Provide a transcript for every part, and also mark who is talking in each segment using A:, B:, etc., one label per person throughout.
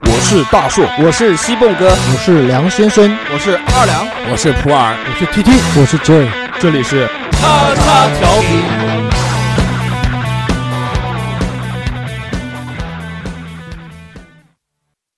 A: 我是大树，
B: 我是西蹦哥，
C: 我是梁先生，
D: 我是二两，
E: 我是普洱，
F: 我是 TT，
G: 我是 J，
A: 这里是
H: 叉叉调频。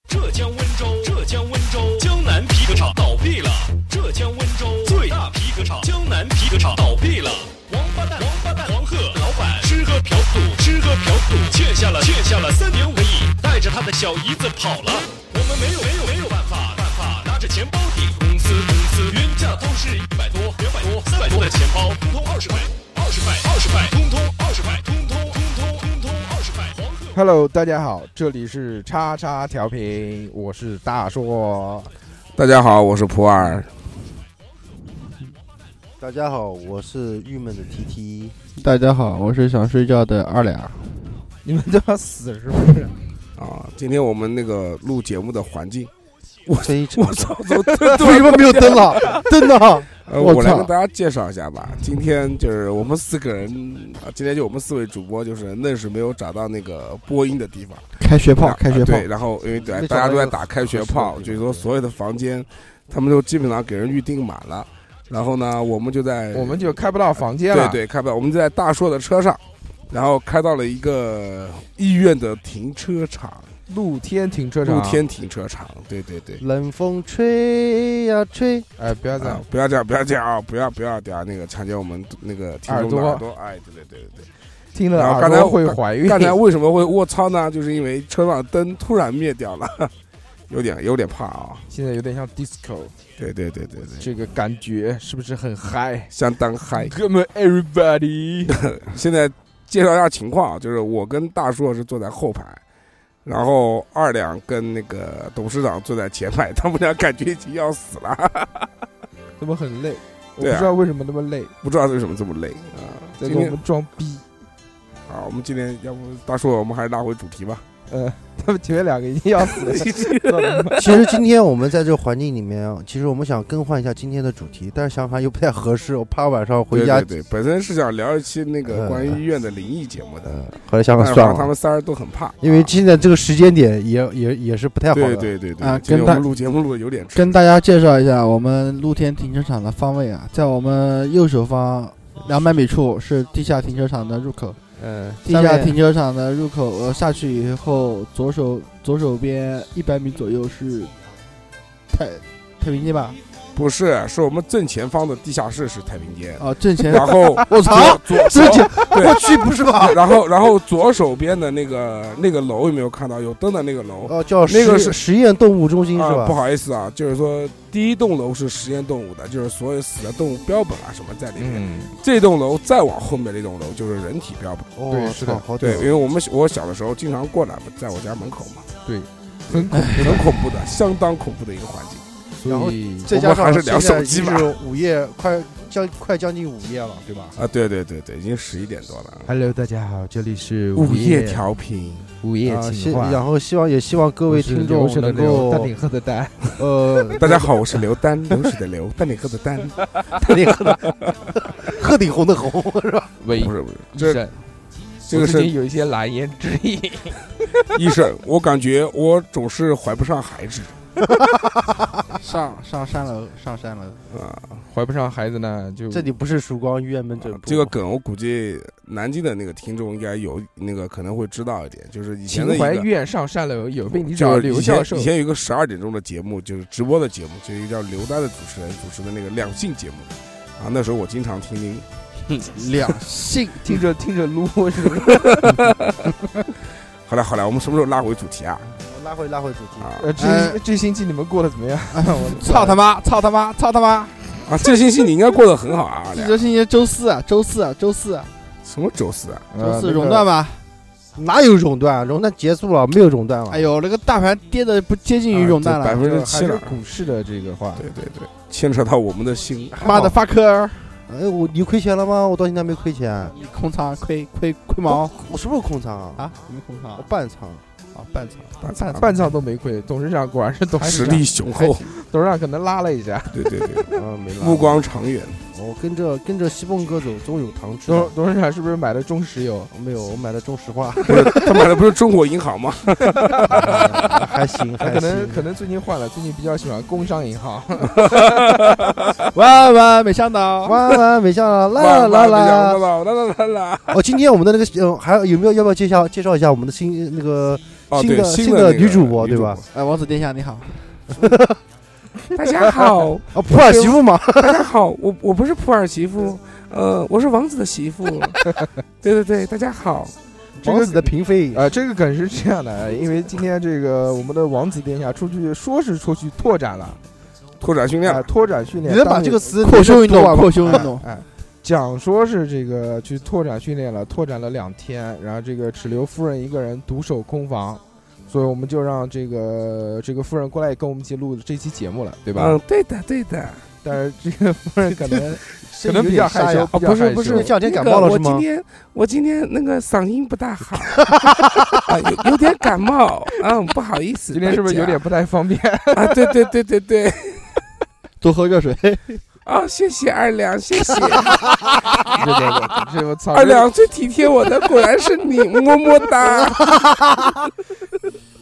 I: 浙江温州，浙江温州江南皮革厂倒闭了。浙江温州最大皮革厂江南皮革厂倒闭了。王八蛋，王八蛋，黄鹤老板吃喝嫖赌，吃喝嫖赌，欠下了欠下了三点五个亿，带着他的小姨子跑了。我们没有没有没有办法办法，拿着钱包抵公司公司，原价都是一百多、两百多、三百多的钱包，通通二十块，二十块，二十块，通通二十块，通通通通通通二十块。黄鹤。
D: Hello，大家好，这里是叉叉调频，我是大硕。
E: 大家好，我是普洱。
J: 大家好，我是郁闷的 TT。
C: 大家
J: 啊
C: 好，我是想睡觉的二俩。
D: 你们都要死是不是？
E: 啊，今天我们那个录节目的环 境，我
J: 非常
E: 我操，怎么
C: 为什么没有灯
J: 啊
C: 了？灯呢？
E: 呃，我来跟大家介绍一下吧。今天就是我们四个人，啊，今天就我们四位主播，就是愣是没有找到那个播音的地方。
C: 开学炮，
E: 啊
C: 开学炮。
E: 对，然后因为大大家都在打开学炮，就是说所有的房间，他们都基本上给人预定满了。然后呢，我们就在
D: 我们就开不到房间了。
E: 对对，开不到，我们就在大硕的车上，然后开到了一个医院的停车场，
D: 露天停车场。
E: 露天停车场。对对对。
J: 冷风吹呀吹，
D: 哎，不要再、
E: 啊，不要这样，不要这样啊！不要不要这样，那个抢劫我们那个听众的
D: 耳
E: 耳朵，哎，对对对对对。
D: 听了
E: 然后
D: 耳
E: 刚才
D: 朵会怀孕。
E: 刚才为什么会卧槽呢？就是因为车上的灯突然灭掉了， 有点有点怕啊！
D: 现在有点像 disco
E: 对对对对对，
D: 这个感觉，是不是很嗨？
E: 相当嗨。
D: 哥们，everybody，
E: 现在介绍一下情况啊，就是我跟大硕是坐在后排，然后二两跟那个董事长坐在前排，他们俩感觉已经要死了，
D: 他们很累，我不
E: 对啊
D: 知道为什么那么累，
E: 不知道为什么这么累啊！
D: 在
E: 今
D: 给我
E: 天
D: 们装逼。
E: 啊，我们今天要不大硕，我们还是拉回主题 吧。
D: 呃， 他们前面两个已经要死了，
J: 其实今天我们在这个环境里面，啊其实我们想更换一下今天的主题，但是想法又不太合适，我怕晚上回家，
E: 对对对，本身是想聊一期那个关于医院的灵异节目的，
J: 呃，后来想
E: 但
J: 想
E: 是
J: 算
E: 好像他
J: 了，
E: 们仨人都很怕，
J: 因为
E: 啊
J: 现在这个时间点也也也是不太好的。
E: 对对对对
C: 啊
E: 今天我
C: 跟他
E: 们录节目录的有点迟
C: 跟大家介绍一下我们露天停车场的方位啊，在我们右手方两百米处是地下停车场的入口。
D: 呃
J: 嗯，
C: 地下停车场的入口，呃，下去以后左手左手边一百米左右是太太平街吧？
E: 不是，是我们正前方的地下室是太平间，
C: 哦，正前
E: 然后
C: 我操，
E: 左左
C: 正前
E: 对
C: 我去不是吧？
E: 然后然后左手边的那个那个楼有没有看到有灯的那个楼？
J: 哦，叫
E: 那个
J: 实
E: 是
J: 实验动物中心是
E: 啊，
J: 吧？
E: 不好意思啊，就是说第一栋楼是实验动物的，就是所有死的动物标本啊什么在里面。
D: 嗯，
E: 这栋楼再往后面那栋楼就是人体标本。
J: 哦，
D: 对是的
J: 操好屌
E: 对，因为我们我小的时候经常过来，不在我家门口 嘛，
D: 很 恐怖。
E: 很恐怖的，相当恐怖的一个环境。
J: 然后
D: 所以
J: 再加上
E: 还是聊手机吧
J: 现在已经是午夜快将快将近午夜了，对吧？
E: 啊，对对对对，已经十一点多了。
A: Hello，大家好，这里是
E: 午夜调频，
A: 午夜
J: 啊，希
A: 情话，
J: 然后希望也希望各
A: 各
J: 位听众能够
A: 丹顶鹤的蛋，
J: 呃，
E: 大家好，我是刘 丹，流水的流，丹顶鹤的丹，
J: 丹顶鹤的鹤顶红的红是吧？
A: 喂
E: 不是哎不是，
A: 医
E: 这
A: 生，
E: 这个
A: 我最
E: 是
A: 近有一些难言之隐，
E: 医生，我感觉我总是怀不上孩子
C: 上上山楼，上山楼。
E: 啊。
A: 怀不上孩子呢，就
J: 这里不是曙光医院门诊部，
E: 这个梗我估计南京的那个听众应该有那个可能会知道一点，就是以前
A: 秦
E: 的一
A: 淮
E: 个。
A: 院上善楼，有被你找
E: 叫
A: 刘
E: 以
A: 教
E: 前
A: 授
E: 以，前有一个十二点钟的节目，就是直播的节目，就一个叫刘丹的主持人主持的那个两性节目，啊，那时候我经常听听，
C: 两性
D: 听 着听着撸，是不是？
E: 好了好了，我们什么时候拉回主题啊？
J: 拉回拉回主题。
E: 啊
D: 呃，这这星期你们过得怎么样？我
C: 操他妈，操他妈，操他妈！
E: 啊，这星期你应该过得很好啊，
C: 这
E: 俩
C: 周星期周四啊，周四啊，周四啊，
E: 什么周四啊？
A: 呃
C: 周四
D: 那个
C: 熔断吧。
J: 哪有熔断？啊熔断结束了，没有熔断了。
C: 哎，呦，那个大盘跌的不接近于熔断
E: 百
C: 了。
E: 分之
D: 这
E: 七
D: 还是
E: 了，
D: 股市的这个话，
E: 对对对，牵扯到我们的心，哦
C: 妈的发科，
J: 哎，我你亏钱了吗？我到现在没亏钱。
C: 空仓亏亏亏毛
J: 我，我是不是空仓啊？
C: 啊？什么空仓
J: 我？半仓。
C: 啊，半仓。
D: 半半场都没亏，董事长果然是董
E: 实
D: 事长，
E: 力雄厚，
D: 董事长可能拉了一下，
E: 对对对，
J: 嗯，没拉。
E: 目光长远，
J: 我跟着跟着西凤哥走，总有糖吃的。
A: 董董事长是不是买的中石油？
J: 没有，我买的中石化，
E: 不是他买的不是中国银行吗？
J: 还行，
A: 他
E: 哎
J: 还
A: 可能
J: 行
A: 可能最近换了，最近比较喜欢工商银行。
C: 万万没想到，
J: 弯弯没想到，啦
E: 啦
J: 啦啦
E: 啦！啦啦啦啦！
J: 哦，今天我们的那个呃，还有有没有要不要介绍介绍一下我们的新呃那个
E: 哦，
J: 新
E: 对，
J: 的
E: 新
J: 新
E: 的
J: 的
E: 那个
J: 女主播对吧？
C: 哎，王子殿下你好，
E: 大家好，
J: 啊，普洱媳妇嘛，
E: 大家好，我我不是普洱媳妇，呃，我是王子的媳 妇。对对对，大家好，
A: 这个
J: 王子的嫔妃。
A: 呃，这个梗是这样的，因为今天这个我们的王子殿下出去说是出去拓展了，
E: 拓展训练
A: 啊，，拓展训练。
J: 你能把
A: 当
J: 这
A: 时
J: 个词
C: 扩胸运
J: 读完
C: 动，
J: 吗
C: 扩胸运动，
A: 哎，讲说是这个去拓展训练了，拓展了两天，然后这个齿留夫人一个人独守空房，所以我们就让这个这个夫人过来跟我们一起录这期节目了，对吧？
E: 嗯，对的对的。
A: 但是这个夫人可 能可
J: 可
A: 能比较害羞，
J: 啊，
A: 比较
E: 不是
A: 害
E: 不
A: 羞
E: 是
J: 这两天
E: 那
J: 感
E: 个
J: 冒了
E: 我
J: 是
E: 今
J: 吗？
E: 天我今天那个嗓音不大 好，啊有有点感冒，嗯，不好意思。
A: 今天是不是有点不太方便？
E: 大家啊？对对对对对，
C: 多 喝热水。
E: 哦，谢谢二两，谢谢
A: 对对对，这我 操！
E: 二两最体贴我的，果然是你，么么哒。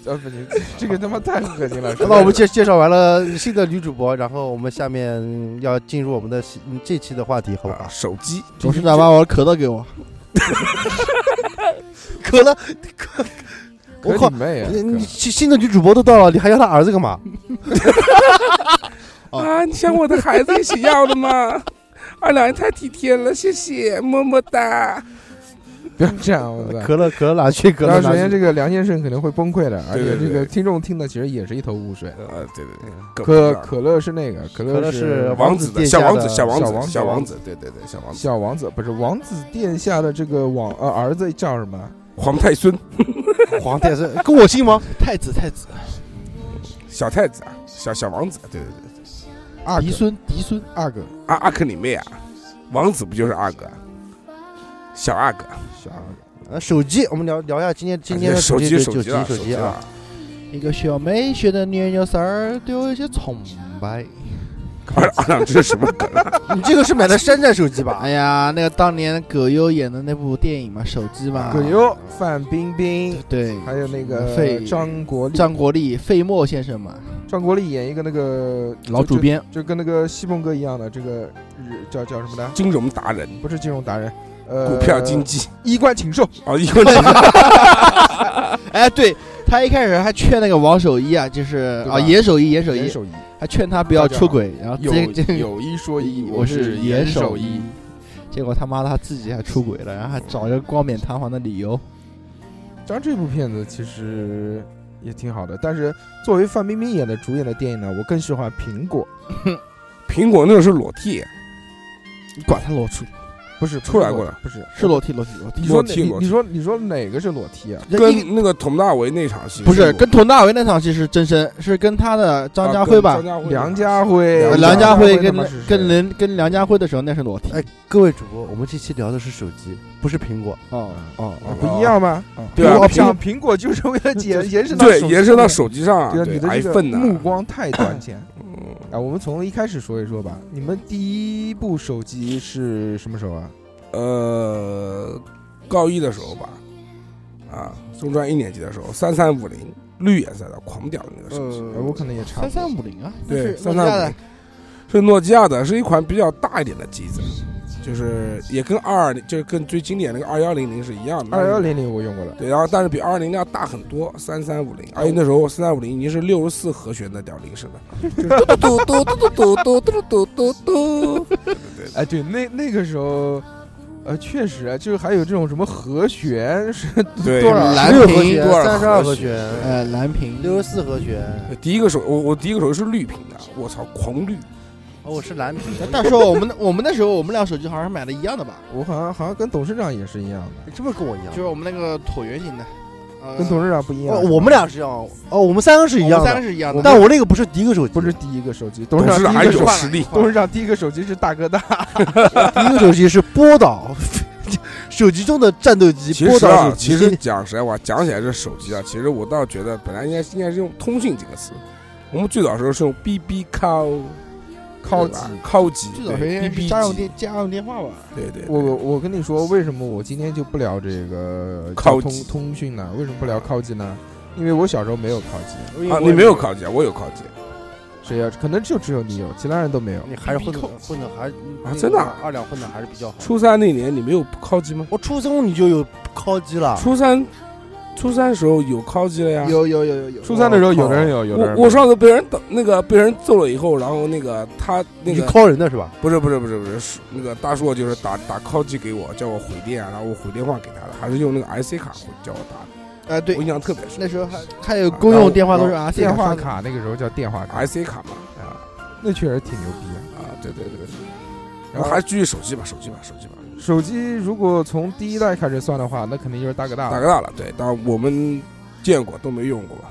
A: 这，呃，不行，这个他妈太恶心了。是
J: 那
A: 吧
J: 我们介介绍完了新的女主播，然后我们下面要进入我们的新嗯这期的话题，好吧？
E: 手机
C: 董事长把我的可乐 给我，
J: 可乐，可
A: 可
J: 我
A: 你
J: 靠！
A: 妹啊！
J: 你你
A: 可
J: 新新的女主播都到了，你还要她儿子干嘛？
C: 哦
E: 啊，你像我的孩子一起要的吗？二两也太体贴了，谢谢，么么哒。
A: 不要这样，我操！
J: 呃可乐，可乐拿去，可
A: 然
J: 乐
A: 后
J: 拿
A: 首先这
J: 去。
A: 个梁先生肯定会崩溃的，而
E: 对对
A: 且这
E: 对
A: 个听众听的其实也是一头雾水。
E: 呃，对对对，
A: 可可乐是那个，可
J: 可乐
A: 乐
J: 是
E: 王子的小王子，小王
A: 小王
E: 子，
A: 子
E: 小王子，对对对，小王子，
A: 小王子，不是王子殿下的这个王呃儿子叫什么？
E: 皇太孙，
J: 皇太孙跟我姓吗？
C: 太子太 子，
E: 小太子啊，小小王子，对对对，
A: 阿
C: 嫡
A: 哥，
C: 孙嫡孙，
A: 阿哥，
E: 阿阿克里妹啊，王子不就是阿哥啊？小阿哥，
A: 小阿哥，
J: 呃手机，我们聊聊一下今天今天的
E: 哎手
J: 机
E: 手
J: 手
E: 机
J: 手
E: 了，
J: 机手
E: 机
J: 机啊。，
C: 一个小美学的年幼三儿对 我有些崇拜。
E: 二二两这是什么梗？
J: 你这个是买的山寨手机吧？
C: 哎呀，那个当年葛优演的那部电影嘛，手机嘛，
A: 葛优、哎范冰冰，
C: 对
A: 还有那
C: 费
A: 个张国立，
C: 张国立、费莫先生嘛，
A: 张国立演一个那个
C: 老主，编，
A: 就就就跟那个西蒙哥一样的这个日叫叫什么呢？
E: 金融达人，
A: 不是金融达人，呃，
E: 股票经济
A: 衣冠禽兽，
E: 啊，一个人
C: 哎，对他一开始还劝那个王守一啊，就是
A: 对吧
C: 啊严守一，严守
A: 严
C: 一，
A: 守一。
C: 还劝他不要出轨，然后结结
A: 有一说
C: 我是严守
A: 一
C: 一。 结果他妈的他自己还出轨了，然后还找一个冠冕堂皇的理由，
A: 张这部片子其实也挺好的，但是作为范冰冰演的主演的电影呢，我更喜欢《苹果
E: 苹果那个是裸体，
C: 你管他裸出，》，
A: 不是
E: 出来过的，
A: 不是不
C: 是裸体裸体裸体，
A: 你说
E: 裸
A: 哪
E: 体
A: 你
E: 裸体
A: 你说你说哪个是裸体啊？
E: 跟那个佟大为那场戏
C: 不是
E: 裸
C: 跟佟大为那场戏是真身，是跟他的张
E: 啊
C: 家
E: 跟
C: 辉吧
E: 张？家辉
A: 梁家辉
E: 呃，
C: 梁
A: 家
C: 家辉
A: 他
C: 跟
A: 妈是谁
C: 跟人跟梁家辉的时候那是裸体，
J: 哎，各位主播，我们这期聊的是手机，不是苹果。
C: 哦哦
A: 啊不一样吗？啊
E: 对啊
A: 苹果
E: 苹
A: 讲苹果就是为了延延伸到
E: 对
A: 手机
E: 延伸到手机上啊，
A: 对啊，你的这个
E: iPhone 呢？
A: 目光太短浅
E: 嗯
A: 啊！我们从一开始说一说吧。你们第一部手机是什么时候啊？
E: 呃，高一的时候吧，啊，中专一年级的时候，三三五零绿颜色的狂屌的那个手机，
A: 呃，我可能也差
C: 三
A: 不多
C: 三。五零啊，
E: 对，
C: 那是
E: 三
C: 诺基
E: 三五
C: 亚的
E: 零是诺基亚的，是一款比较大一点的机子，就是也跟二二零，就是跟最经典那个二幺零零是一样的。
A: 二幺。零零我用过了，
E: 对，然后但是比二二零要大很多，三三五零，而且那时候三三五零已经是六十四和弦的屌铃声了，就是嘟嘟嘟嘟嘟嘟嘟嘟嘟嘟嘟，
A: 哎，对，那那个时候，呃，确实啊，就是还有这种什么和弦是
E: 对，
C: 多少蓝
J: 六
C: 屏
J: 和弦
E: 多、少
J: 三十二
E: 和
J: 和
E: 弦
J: 弦、
C: 呃蓝屏
J: 六十四和弦。
E: 第一个手，我我第一个手机是绿屏的，我操，狂绿，
J: 哦，我是蓝屏。
C: 到时候我们我们那时候我们俩手机好像是买的一样的吧？
A: 我好像好像跟董事长也是一样的，
J: 你是不是跟我一样？
C: 就是我们那个椭圆形的，呃，
A: 跟董事长不一样。
J: 哦，我们俩是一样。哦，我们三个是一
C: 我们
J: 样
C: 三个
J: 的，
C: 是一样的，
J: 但我那个不是第一个手机，
A: 不是第一个手机，董
E: 董
A: 事
E: 事
A: 长
E: 长还
A: 第一个
E: 有
A: 手，
E: 实力，
A: 董事长第一个手机是大哥大，
J: 第一个手机是波导， 手机中的战斗机。
E: 其
J: 波
E: 实
J: 导
E: 啊
J: 手，机
E: 其实讲实在话，讲起来这手机啊，其实我倒觉得本来应该应该是用通信这个词。我们最早时候是用 BB 扣，
A: 靠
E: 对
A: 挤
E: 吧。靠挤，
C: 最早
E: 对
C: 谁应该
A: 逼
C: 是家用
A: 急
C: 电家用电话吧？
E: 对对，
A: 我我跟你说，为什么我今天就不聊这个
E: 靠
A: 交
E: 机
A: 通通讯呢？为什么不聊靠机呢？因为我小时候没有靠机，
E: 啊，你没有靠机，我有靠机
A: 谁呀？可能就只有你有，其他人都没有。
J: 你还是混的混的还啊
E: 真的啊
J: 二两混的还是比较好。
E: 初三那年你没有靠机吗？
J: 我初中你就有靠机了，
E: 初三，初三时候有靠机了呀。
C: 有有有有有，
A: 啊初三的时候，有的人有，有的人
E: 我我上次被人打，那个被人揍了以后，然后那个他那
J: 你
E: 个
J: 靠人的是吧？
E: 不是不是不是不是是那个大硕就是打打 call 机给我，叫我回电，啊然后我回电话给他的，还是用那个 IC 卡回叫我打的，
C: 哎对
E: 我，印象特别深。
C: 那时候还还有公用电话都是啊
A: 啊
C: RC
A: 电话卡那个时候叫电话卡，
E: IC 卡嘛，啊
A: 那确实挺牛逼的。
E: 啊，对对对对，然
A: 然
E: 后
A: 后
J: 哦
E: 还是继续手机吧，手机吧，手机吧，
A: 手机如果从第一代开始算的话，那肯定就是大哥大
J: 啊
E: 打
A: 了。
E: 个大了，对，但我们见过都没用过吧，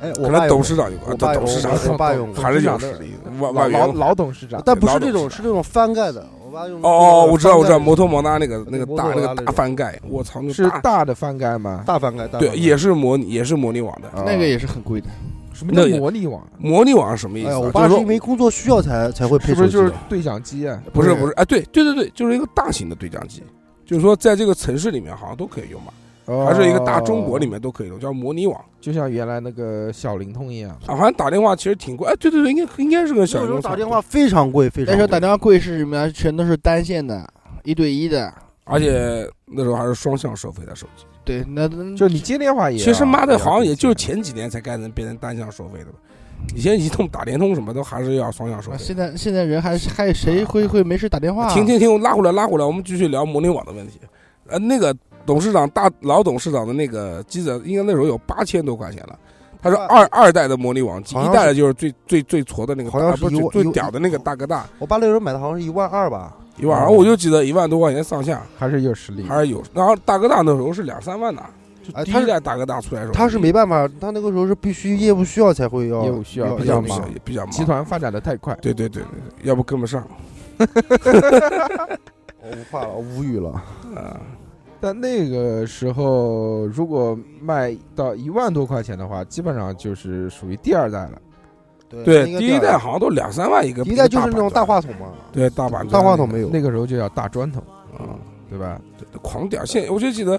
J: 哎，
E: 可
J: 我爸
E: 能
J: 有
E: 董事长有过，
J: 我
E: 这
J: 爸
E: 董事长
J: 我我爸用 过
E: 还是有
A: 董
E: 实
A: 事长
E: 力的，万
A: 老
E: 万
A: 老
E: 元
A: 老董事长，
J: 但不是这
E: 老董
J: 种，
E: 事
J: 是那种翻盖的。我爸用的
E: 哦哦，我知道我知道，
J: 翻盖
E: 摩托罗拉那个那个
J: 摩
E: 大
J: 托
E: 那
J: 罗
E: 个
J: 拉那
E: 大
J: 种
E: 翻盖，我操，那
A: 是
E: 嗯大
A: 大的翻盖吗？
J: 大翻盖，大
E: 对，
J: 翻盖
E: 也是模拟也是模拟网的，
A: 啊
C: 那个也是很贵的，
A: 哦什么
E: 那
A: 叫
E: 也
A: 模拟网？
E: 模拟网是什么意思啊？
J: 哎呀，
E: 就
J: 我
E: 是
J: 爸是
E: 说
J: 因为工作需要才才会
A: 是
J: 配
A: 不
J: 手
A: 是
J: 机的。
A: 就是对讲机啊？
E: 不是
C: 不是
E: 不是，哎，对对对对，就是一个大型的对讲机，就是说在这个城市里面好像都可以用吧，
J: 哦
E: 还是一个大中国里
A: 哦，
E: 面都可以用，叫模拟网。
A: 就像原来那个小灵通一样。
E: 啊，好像打电话其实挺贵，哎，对对对，应该应该是跟
J: 那
E: 小
J: 时候
E: 灵
J: 打
E: 通
J: 电话，非常贵，非常
C: 那时
J: 贵
C: 候打电话贵是什么呀？全都是单线的，一对一的。
E: 而且那时候还是双向收费的手机。
C: 对，那那
A: 就你接电
J: 哎
A: 话也要，
E: 其实妈的，
A: 也要
E: 好像也就
A: 给钱
E: 前几年才开始变成单向收费的吧。以前移动、打联通什么都还是要双向收
C: 啊
E: 费。
C: 现在现在人还是还谁会会没事打电话？啊
E: 停停停，拉回来拉回来，我们继续聊模拟网的问题。呃，那个董事长大老董事长的那个机子，应该那时候有八千多块钱了。他是二二代的模拟网机，
J: 好像
E: 一代的就是最最最矬的那个大，
J: 好像是
E: 不
J: 一万
E: 最最
J: 一万
E: 屌的那个大哥大
J: 我爸那时候买的好像是一万二吧，
E: 一万，
A: 嗯
E: 然后我就记得一万多块钱上下
A: 还是有实力。
E: 还是有，然后大哥大那时候是两三万的，
J: 哎，
E: 第
J: 他
E: 一
J: 是
E: 代大哥大出来的时候，
J: 他是没办法，他那个时候是必须业务需要才会要
A: 业务需要
J: 要
E: 比
A: 比
E: 较
A: 较
J: 要
A: 忙
E: 忙，比较忙，
A: 集团发展的太快，
E: 对对对对，对要不跟不上
J: 哦我无话了，
E: 呃
J: 我无语了。
E: 啊。
A: 但那个时候如果卖到一万多块钱的话，基本上就是属于第二代了。
E: 对，
J: 那个
E: 第一代好像都两三万一个，
J: 第一代就是那种大话筒嘛，
E: 对大板
J: 大话筒
E: 没。
J: 没有，
A: 那个时候就叫大砖头，
E: 嗯
A: 对吧？
E: 狂屌！现我就记得，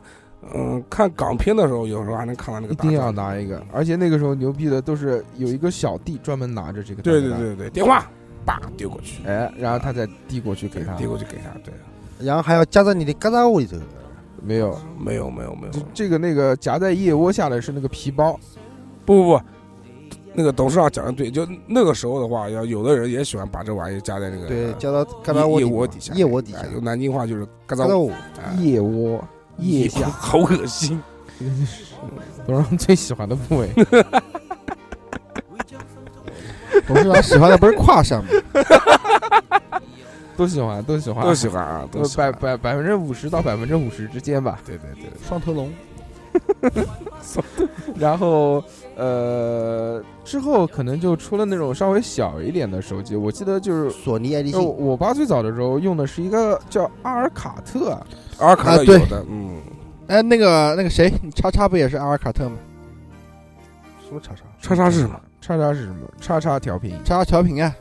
E: 嗯、看港片的时候，有时候还能看到那个
A: 一
E: 大哥嗯
A: 定要
E: 大
A: 拿一个，而且那个时候牛逼的都是有一个小弟专门拿着这个，
E: 对对，对对，电话叭丢过去，
A: 哎，然后他再递过去给他，
E: 丢过去给他。对，
J: 然后还要夹在你的嘎吱窝里头。
A: 没有，
E: 没有没有没有
A: 这，这个那个夹在腋窝下的是那个皮包，
E: 不不不，那个董事长讲的对，就那个时候的话，要有的人也喜欢把这玩意加在那个
J: 对，夹到嘎吱窝
E: 腋
J: 里
E: 窝
J: 嘛
E: 底下，
J: 腋窝底下
E: 哎，用南京话就是嘎
J: 嘎
E: 吱
J: 吱
E: 窝，
J: 窝。
E: 哎
A: 腋窝。腋下
E: 好恶心。
A: 董事长最喜欢的 部位，
C: 董事长喜欢的不是胯下吗？
A: 都喜欢，都喜欢，
E: 都喜欢啊，都
A: 呃
E: 喜
A: 百
E: 欢。
A: 百百分之五十到百分之五十之间吧。
E: 对对对，
C: 双头龙，
A: 然后呃，之后可能就出了那种稍微小一点的手机。我记得就是，
J: 索尼爱立
A: 呃
J: 信，
A: 我爸最早的时候用的是一个叫阿尔卡特，
E: 阿尔卡特
C: 啊对
E: 有的，嗯，
C: 哎，那个那个谁，你叉叉不也是阿尔卡特吗？
J: 什么叉叉？
E: 叉叉是什么？
A: 叉叉是什么？叉叉调频。
C: 叉叉调频啊，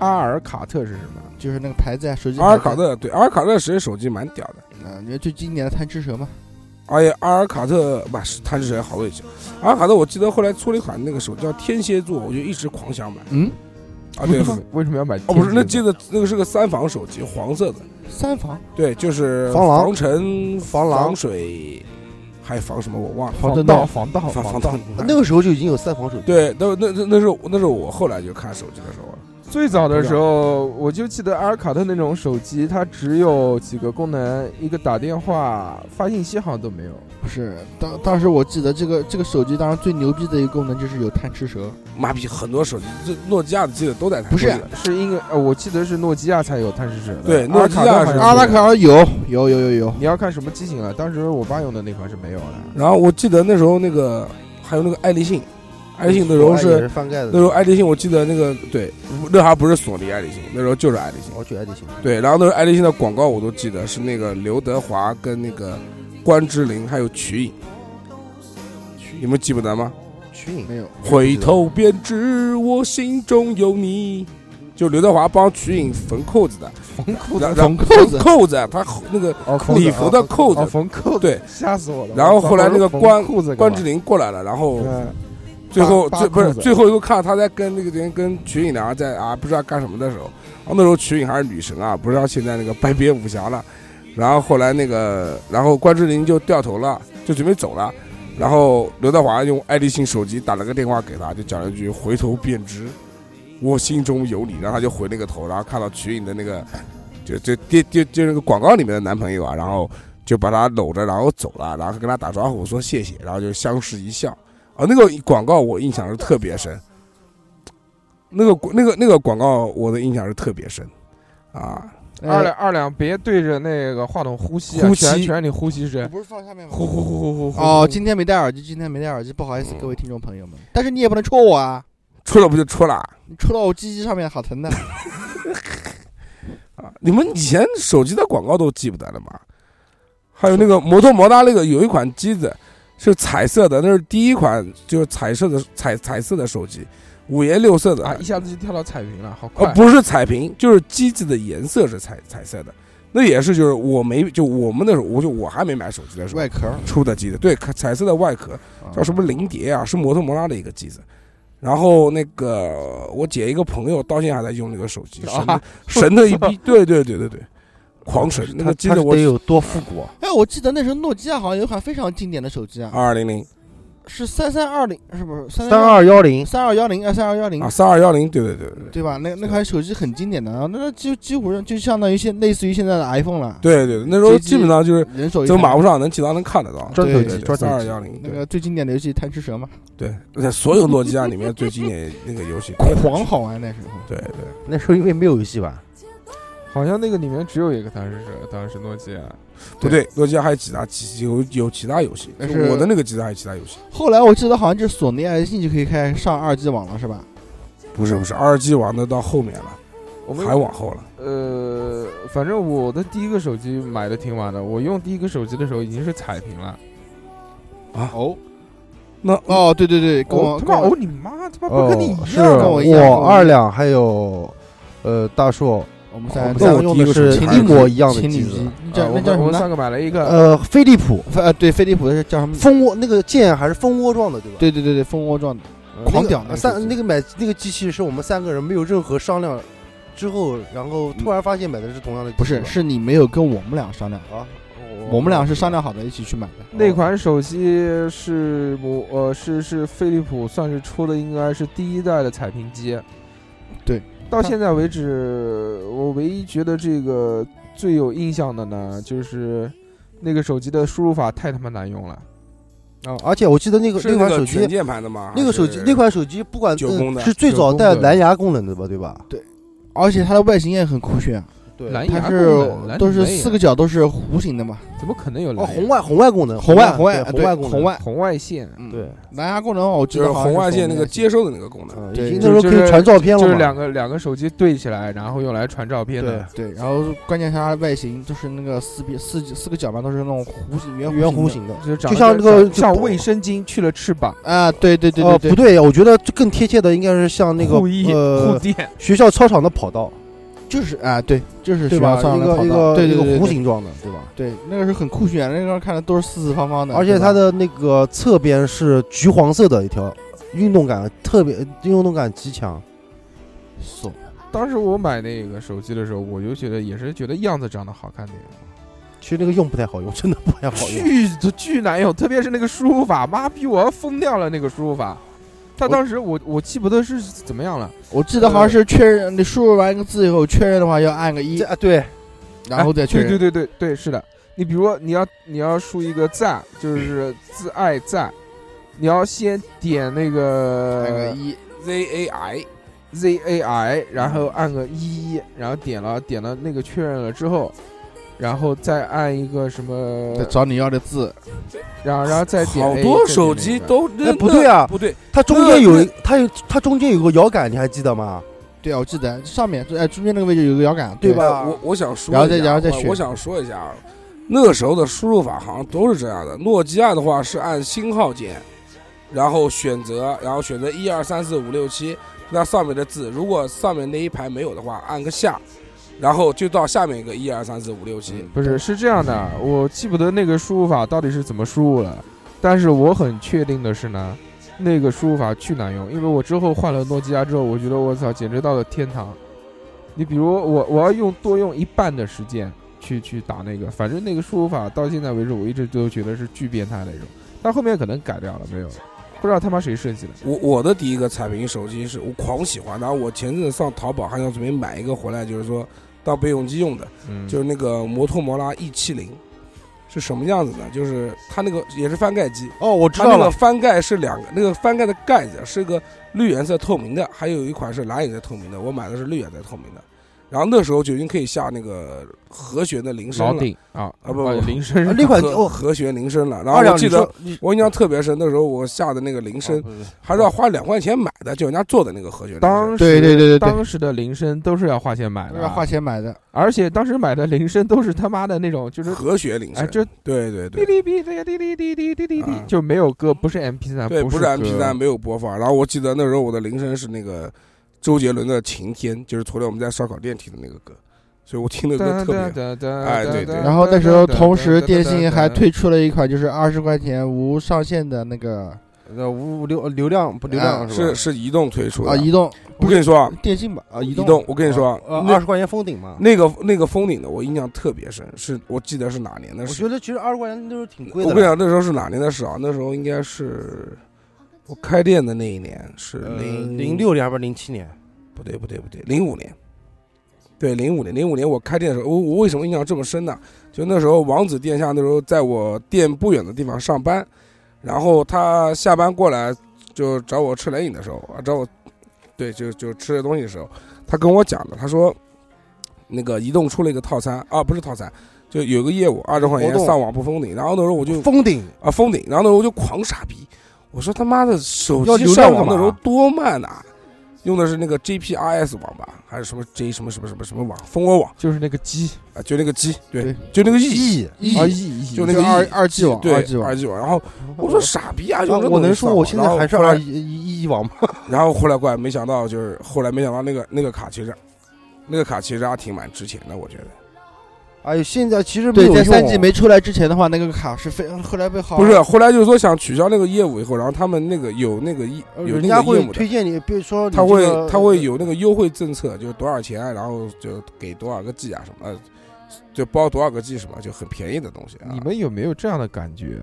A: 阿尔卡特是什么？
C: 就是那个牌子啊，手机
E: 阿尔卡
C: 牌子，
E: 特对，阿尔卡特谁手机蛮屌的。
C: 嗯，你看最经典的贪吃蛇嘛，
E: 而且哎阿尔卡特不是贪吃蛇，好多以前。阿尔卡特我记得后来出了一款那个手叫天蝎座，我就一直狂想买
C: 嗯，
E: 啊。对，哦
A: 为什么要买？
E: 不是，那记得那个是个三防手机，黄色的，
C: 三防
E: 对，就是
J: 防狼
E: 防尘、
J: 防狼
E: 防水，还防什么我忘了。
C: 防
A: 防
C: 震
A: 盗，
C: 道，
A: 防盗，
J: 哦
E: 防盗
A: 防盗。，
J: 那个时候就已经有三防手机，
E: 对，那那那那是那是我后来就看手机的时候了。
A: 最早的时候，我就记得阿尔卡特那种手机，它只有几个功能，一个打电话、发信息好像都没有。
C: 不是当当时我记得这个这个手机当时最牛逼的一个功能就是有贪吃蛇，
E: 妈逼，很多手机，这诺基亚的机子都在谈
C: 不是
E: 这个
A: 是因为呃，我记得是诺基亚才有贪吃蛇的。
E: 对
A: 阿尔
E: 诺
A: 卡特
E: 基亚
A: 好像
E: 是
A: 没有
C: 阿拉卡尔有有有有有，
A: 你要看什么机型了？当时我爸用的那款是没有的。
E: 然后我记得那时候那个还有那个爱立信，爱立信那时候
J: 我爱也
E: 是
J: 是翻盖的
E: 那时。候爱立信，我记得那个对，那还不是索尼爱立信，那时候就是爱立信。
J: 我去爱立信，
E: 对，然后那时候爱立信的广告我都记得是那个刘德华跟那个关之琳还有瞿颖，你们记不得吗？
J: 瞿颖
C: 没有，
E: 回头便知我心中有你，就刘德华帮瞿颖缝扣子的，
A: 缝裤
E: 然
A: 子，
E: 然
C: 缝扣子
E: 扣子啊，他后那个
A: 哦，
E: 礼服的扣
A: 哦
E: 子，
A: 缝扣子，
E: 对，
A: 吓死我了。
E: 然后后来那个关
A: 缝裤子干
E: 关哦
A: 嘛
E: 之琳过来了，然后
A: 嗯
E: 最后
A: 扒
E: 最
A: 扒
E: 不是
A: 裤子
E: 最后一个看到他在跟那个人跟瞿颖两个在啊不知道干什么的时候，啊那时候瞿颖还是女神啊，不知道现在那个拜别武侠了，然后后来那个然后关之琳就掉头了，就准备走了，然后刘德华用爱立信手机打了个电话给他，就讲了一句回头便知，我心中有你，然后他就回那个头，然后看到瞿颖的那个就就电就就那个广告里面的男朋友啊，然后就把他搂着然后走了，然后跟他打招呼说谢谢，然后就相视一笑。啊，那个广告我印象是特别深，那个那个那个广告我的印象是特别深，啊，
A: 二两二两，别对着那个话筒呼吸啊，
E: 呼
A: 全
E: 吸
A: 全是你呼吸声，
J: 不是放下面吗？
A: 呼呼呼呼呼呼。
C: 哦，今天没戴耳机，今天没戴耳机，不好意思，各位听众朋友们。但是你也不能戳我啊，
E: 出了不就出了
C: 你戳到我鸡鸡上面好疼的。
E: 啊？你们以前手机的广告都记不得了吗？还有那个摩托摩达那个有一款机子是彩色的，那是第一款就是彩色的彩彩色的手机，五颜六色的，
A: 啊，一下子就跳到彩屏了，好
E: 呃
A: 快！，
E: 不是彩屏，就是机子的颜色是彩彩色的，那也是就是我没就我们那时候我就我还没买手机的时候
C: 外壳儿
E: 出的机子，对，彩色的外壳，叫什么灵蝶啊，是摩托摩拉的一个机子。然后那个我姐一个朋友到现在还在用那个手机，神的神的一逼，对对对对对，狂神那个机
J: 它
E: 子
J: 是
E: 我
J: 得有多复古啊？
C: 哎，我记得那时候诺基亚好像有一款非常经典的手机啊，
E: 二零零
C: 是三三二零，是不是三
J: 三二幺零，
C: 三二幺零啊，三二幺零
E: 啊，三二幺零，对对对对
C: 对吧？那那款手机很经典的，然后那就几乎就相当于现类似于现在的 iPhone 了，
E: 对对，那时候基本上就是
C: 人手一
E: 走
C: 台
E: 马路上能经常能看得到，
J: 砖头
C: 对
J: 机，砖
E: 三
J: 头
E: 二
J: 机，
E: 幺零，
C: 那
E: 对
C: 个最经典的游戏贪吃蛇嘛，
E: 对，在所有诺基亚里面最经典那个游戏，
C: 狂好啊玩那时候。
E: 对对，
J: 那时候因为没有游戏吧，
A: 好像那个里面只有一个贪吃蛇，当时诺基亚。
E: 不对？诺基亚还有其他其有有其他游戏，
C: 但
E: 就是我的那个机子还有其他游戏，
C: 后来我记得好像就是索尼爱立信就可以开始上二 G 网了，是吧？
E: 不是不是，二 G 玩的到后面了，
A: 我们
E: 还往后了。
A: 呃，反正我的第一个手机买的挺晚的，我用第一个手机的时候已经是彩屏了。
C: 哦
E: 那
C: 哦，对对对，跟我
A: 哦他
C: 跟
A: 妈
C: 我
A: 哦你妈，他妈不
J: 哦
A: 跟你一，
J: 是
A: 样。啊
C: 跟我一样跟我一样
J: 二两还有呃大硕，
C: 我们三
J: 我
C: 个
J: 跟我用的
C: 呃
J: 是一模一样的
C: 情
J: 机
C: 侣
J: 子
C: 机，，那叫
A: 啊我
C: 那叫
A: 们
C: 什
A: 我
C: 么
A: 们
C: 呢？
A: 三个买了一个，
J: 呃，飞利浦
C: 呃，对，飞利浦的是叫什么？
J: 蜂窝那个键还是蜂窝状的，对吧？
C: 对对对对，蜂窝状的，
J: 那个，
C: 狂屌那个手
J: 三
C: 机
J: 那个买那个机器是我们三个人没有任何商量之后，然后突然发现买的是同样的机
C: 不
J: 器
C: 是
J: 吧，
C: 是你没有跟我们俩商量，
J: 啊，
C: 我们俩是商量好的一起去买的。
A: 那款手机是我呃是是飞利浦算是出的应该是第一代的彩屏机，
C: 对，
A: 到现在为止我唯一觉得这个最有印象的呢，就是那个手机的输入法太他妈难用了，
J: 啊，而且我记得那个
E: 是
J: 款
E: 个
J: 手
E: 全
J: 机，
E: 键盘的吗？
J: 那个手机
E: 还是
J: 那款手机不管
E: 九宫的
J: 呃是最早
A: 九
J: 带
A: 宫的
J: 蓝牙功能的吧，对吧？
C: 而且它的外形也很酷炫啊，
J: 对
A: 蓝牙
C: 它
A: 功
C: 是
A: 能蓝
C: 都是
A: 莓呀
C: 四个角都是弧形的嘛，
A: 怎么可能有蓝
J: 哦，
A: 牙
J: 红外红外功能，
C: 红外
J: 红
C: 外
J: 对
C: 对
J: 红外功能
C: 红，外，
A: 红外线，
C: 嗯
J: 对，
C: 蓝牙功能我记
E: 就是
C: 得好像
E: 红外线那个接
C: 接
E: 收的那个功能。
J: 嗯
C: 对
J: 已经
C: 就
J: 那时候可
A: 就是
J: 以传照片了
A: 就是
J: 嘛
A: 两个两个手机对起来，然后用来传照片的。
C: 对，然后关键是它的外形就是那个四边四四个角嘛都是那种弧形圆
J: 圆
C: 弧
J: 弧
C: 形
J: 形的。
A: 就长得
J: 就像那个
A: 像
J: 就
A: 卫生巾去了翅膀，
C: 的啊，对对对
J: 哦，
C: 对
J: 不
C: 对，
J: 对，我觉得就更贴切的应该是像那个
A: 护翼护
J: 呃
A: 垫，
J: 学校操场的跑道，
C: 就是啊对，就是
J: 对
C: 学
J: 吧？
C: 校上
J: 一
C: 的
J: 个
C: 跑
J: 一
C: 道，
J: 个
C: 对
J: 一
C: 对
J: 个
C: 对
J: 弧
C: 对
J: 形状的，对吧？
C: 对，那个是很酷炫，那个看着都是四四方方的，
J: 而且
C: 对吧
J: 它的那个侧边是橘黄色的一条，运动感特别，运动感极强。
C: 手
A: 当时我买那个手机的时候，我就觉得也是觉得样子长得好看点，
J: 其实那个用不太好用，真的不太好用。
A: 巨巨难用，特别是那个输入法，妈逼我要疯掉了那个输入法。他当时我我记不得是怎么样了，
C: 我记得好像是确认，你输入完一个字以后确认的话要按个一
J: 这，啊，对，
C: 然后再确
A: 哎对对
C: 认。
A: 对对对，是的。你比如说你要你要输一个赞，就是自爱赞，你要先点那
C: 按个
A: 个
C: 一，
E: Z A I
A: Z A I，然后按个一，然后点了点了那个确认了之后，然后再按一个什么
C: 再，找你要的字，
A: 然后然后再点
E: 好
A: A，
E: 多
A: 再点
E: 手
A: 那
E: 机
A: 个
E: 都
J: 哎不对啊
E: 不对，
J: 它中间有一它有它中间有个摇杆，你还记得吗？
C: 对啊，我记得上面哎中间那个位置有个摇杆，
J: 对
C: 对？
J: 吧？
E: 哎我我想说一下，
C: 然后再然后再
E: 我
C: 选
E: 我想说一下啊，那个时候的输入法好像都是这样的。诺基亚的话是按星号键，然后选择，然后选择一二三四五六七，那上面的字，如果上面那一排没有的话，按个下，然后就到下面一个一二三四五六
J: 嗯
E: 七。
A: 不是，是这样的，我记不得那个输入法到底是怎么输入了，但是我很确定的是呢，那个输入法巨难用，因为我之后换了诺基亚之后，我觉得我操，简直到了天堂。你比如我，我要用多用一半的时间去去打那个，反正那个输入法到现在为止，我一直都觉得是巨变态那种，但后面可能改掉了，没有了，不知道他妈谁设计的。
E: 我我的第一个彩屏手机是我狂喜欢，然后我前阵子上淘宝还想准备买一个回来，就是说当备用机用的，
A: 嗯，
E: 就是那个摩托罗拉 E 7 0是什么样子呢？就是它那个也是翻盖机，
J: 哦，我知
E: 它
J: 道
E: 那个
J: 了，
E: 翻盖是两个，那个翻盖的盖子是个绿颜色透明的，还有一款是蓝颜色透明的。我买的是绿颜色透明的，然后那时候就已经可以下那个和弦的铃声
A: 老
E: 了，
A: 顶啊
E: 啊不
A: 呃
E: 不
A: 铃声
J: 啊
A: 是
J: 那款
E: 和
J: 哦，
E: 和弦铃声了。然后
J: 二
E: 我
J: 两，
E: 记
J: 你
E: 得
J: 说你
E: 我印象特别深，那时候我下的那个铃
A: 哦
E: 声还是要花两块钱买的，就人家做的那个和弦铃
A: 当
E: 声。
A: 时
C: 对对对对对
A: 当时的铃声都是要花钱买的
C: 要
A: 啊，
C: 花钱买的，
A: 而且当时买的铃声都是他妈的那种，就是
E: 和弦铃
A: 哎，
E: 声，
A: 就
E: 对对
A: 滴
E: 对
A: 滴滴滴滴滴滴滴滴滴滴
E: 啊，
A: 就没有歌，不是 MP 三，
E: 对，
A: 不
E: 不是 MP
A: 歌
E: 三没有播放。然后我记得那时候我的铃声是那个周杰伦的《晴天》，就是昨天我们在烧烤店听的那个歌，所以我听的歌特别
A: 哒哒
E: 哎对对
C: 然后那时候同时电信还推出了一款就是二十块钱无上限的那个
J: 呃无流流量不流量吧
E: 是？是移动推出的
C: 啊移动，
E: 我跟你说啊，
C: 电信吧啊移
E: 移
C: 动，
E: 动，我跟你说啊，
J: 呃二
E: 那
J: 十块钱封顶嘛？
E: 那个那个封顶的，我印象特别深，是我记得是哪年的
J: 我
E: 事。
J: 觉得其实二十块钱都是挺贵
E: 我
J: 的
E: 跟你
J: 了。
E: 讲，那时候是哪年的事啊？那时候应该是我开店的那一年，是零
J: 呃零，六年还是零七年？
E: 不对不对不对，零五年。对，零五年，零五年我开店的时候，我我为什么印象这么深呢？就那时候王子殿下那时候在我店不远的地方上班，然后他下班过来就找我吃冷饮的时候，啊找我，对，就就吃东西的时候，他跟我讲的，他说那个移动出了一个套餐啊，不是套餐，就有个业务二十块钱
J: 活动
E: 上网不封顶，然后那时候我就
J: 封顶
E: 啊封顶，然后那时候我就狂傻逼，我说他妈的手
J: 要
E: 机
J: 流
E: 上
J: 量
E: 网那
J: 干
E: 时
J: 嘛
E: 候多慢呐、用的是那个 GPRS 网吧，还是什么 J 什么什么什么什么网，蜂窝网
A: 就是那个鸡
E: 啊，就那个 G，对
C: 对，
E: 就那个 E，
J: 亿，
A: 啊
C: 一
A: 亿
E: 就那个
C: 二
E: E
C: 二 G 网，
E: 对
C: 二 G 网
E: 二，G 网。然后我说傻逼啊，就
J: 啊
E: 这
J: 我
E: 东
J: 能
E: 西上
J: 说我
E: 网
J: 现在
E: 然后
J: 还是
E: 后来
J: 二一亿网吗？
E: 然后后来怪没想到，就是后来没想到那个那个卡其实，那个卡其实还挺蛮值钱的，我觉
J: 哦
E: 得。
J: 哎呦，现在其实没
C: 对，
J: 有
C: 在
J: 用哦
C: 三 G 没出来之前的话，那个卡是非后来被好
E: 不是，后来就是说想取消那个业务以后，然后他们那个有那个业
J: 呃
E: 有
J: 人
E: 那个
J: 家
E: 业
J: 会
E: 务的，
J: 推荐你，比如说你
E: 他会
J: 这个
E: 他会有那个优惠政策，就是多少钱，然后就给多少个 G 啊什么，呃就包多少个 G 什么，就很便宜的东西啊。
A: 你们有没有这样的感觉？